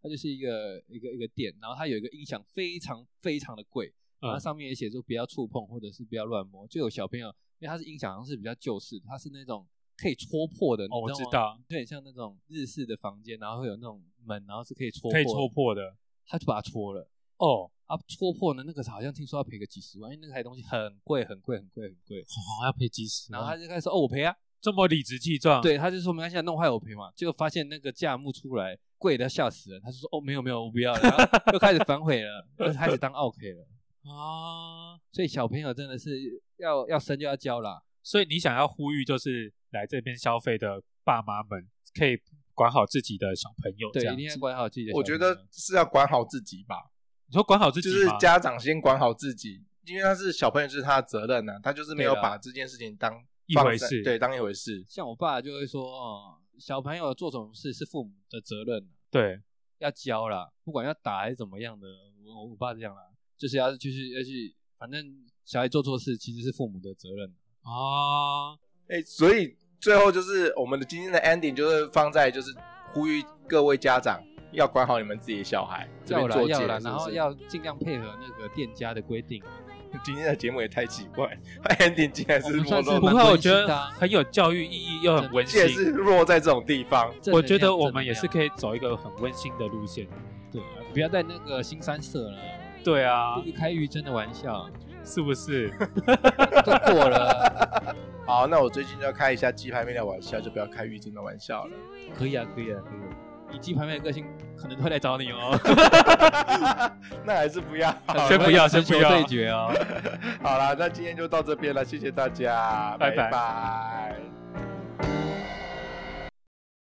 [SPEAKER 3] 它就是一个一个一个店，然后它有一个音响非常非常的贵，然后
[SPEAKER 2] 嗯
[SPEAKER 3] 上面也写说不要触碰或者是不要乱摸，就有小朋友，因为它是音响好像是比较旧式的，它是那种可以戳破的，
[SPEAKER 2] 哦，我
[SPEAKER 3] 你
[SPEAKER 2] 知
[SPEAKER 3] 吗，
[SPEAKER 2] 道，
[SPEAKER 3] 有点像那种日式的房间，然后会有那种门，然后是可以戳破
[SPEAKER 2] 可
[SPEAKER 3] 的
[SPEAKER 2] 以戳，破的。
[SPEAKER 3] 他就把它戳了。
[SPEAKER 2] 哦，
[SPEAKER 3] 啊，戳破呢，那个好像听说要赔个几十万，因为那台东西很贵，很贵，很贵，很贵。
[SPEAKER 2] 哦要赔几十
[SPEAKER 3] 然后
[SPEAKER 2] 万，
[SPEAKER 3] 他就开始说：“哦，我赔啊。
[SPEAKER 2] 这么理直气壮，，
[SPEAKER 3] 对，他就说：“没关系啊，弄坏我赔嘛。”结果发现那个价目出来贵的吓死人，他就说：“哦，没有没有，我不要了。”然后又开始反悔了，又开始当 OK 了。
[SPEAKER 1] 哦
[SPEAKER 2] 啊，
[SPEAKER 3] 所以小朋友真的是要要生就要教啦，
[SPEAKER 2] 所以你想要呼吁就是来这边消费的爸妈们可以管好自己的小朋友，
[SPEAKER 3] 对
[SPEAKER 2] 这，
[SPEAKER 3] 一
[SPEAKER 2] 样
[SPEAKER 3] 定要
[SPEAKER 2] 子。
[SPEAKER 3] 管好自己的小
[SPEAKER 1] 我
[SPEAKER 3] 朋友。
[SPEAKER 1] 觉得是要管好自己吧，
[SPEAKER 2] 你说管好自己
[SPEAKER 1] 就
[SPEAKER 2] 吗
[SPEAKER 1] 是家长先管好自己，因为他是小朋友，这是他的责任呢、他就是没有
[SPEAKER 3] 对啊啦
[SPEAKER 1] 把这件事情当
[SPEAKER 2] 一
[SPEAKER 1] 放
[SPEAKER 2] 回
[SPEAKER 1] 在
[SPEAKER 2] 事
[SPEAKER 1] 对，当一回事。
[SPEAKER 3] 像我爸就会说：“哦，小朋友做什么事是父母的责任，
[SPEAKER 2] 对，
[SPEAKER 3] 要教啦，不管要打还是怎么样的，我我爸这样啦，就是要就是要去，反正小孩做错事其实是父母的责任。
[SPEAKER 2] 哦，
[SPEAKER 1] 哎、所以最后就是我们的今天的 ending 就是放在就是呼吁各位家长要管好你们自己的小孩，这
[SPEAKER 3] 要
[SPEAKER 1] 边
[SPEAKER 3] 啦
[SPEAKER 1] 做
[SPEAKER 3] 要
[SPEAKER 1] 结，
[SPEAKER 3] 啦，
[SPEAKER 1] 是不
[SPEAKER 3] 然后
[SPEAKER 1] 是
[SPEAKER 3] 要尽量配合那个店家的规定。
[SPEAKER 1] 今天的节目也太奇怪了，ending 竟然
[SPEAKER 3] 我
[SPEAKER 1] 是
[SPEAKER 3] 们
[SPEAKER 1] 落
[SPEAKER 3] 算是
[SPEAKER 1] 到
[SPEAKER 2] 不
[SPEAKER 3] 蛮
[SPEAKER 2] 过我
[SPEAKER 3] 温
[SPEAKER 2] 觉
[SPEAKER 3] 馨的
[SPEAKER 2] 得
[SPEAKER 3] 啊
[SPEAKER 2] 很有教育意义，又很温
[SPEAKER 1] 竟然
[SPEAKER 2] 馨。
[SPEAKER 1] 是落在这种地方。
[SPEAKER 2] 我觉得我们也
[SPEAKER 3] 正能量
[SPEAKER 2] 是可以走一个很温馨的路线。
[SPEAKER 3] 对啊，不要在那个新三色了，
[SPEAKER 2] 对啊，
[SPEAKER 3] 这个开玉真的玩 笑
[SPEAKER 2] 是不是？
[SPEAKER 3] 都过
[SPEAKER 2] 啊
[SPEAKER 3] 了，
[SPEAKER 1] 好，那我最近就要开一下鸡排妹的玩笑，就不要开玉珍的玩笑了。
[SPEAKER 3] 可以啊，可以啊，可以啊。以鸡排妹的个性，可能会来找你哦。
[SPEAKER 1] 那还是不要好了
[SPEAKER 2] 先不 要先不要
[SPEAKER 3] 对决哦。
[SPEAKER 1] 好啦，那今天就到这边了，谢谢大家，
[SPEAKER 2] 拜拜
[SPEAKER 1] 拜拜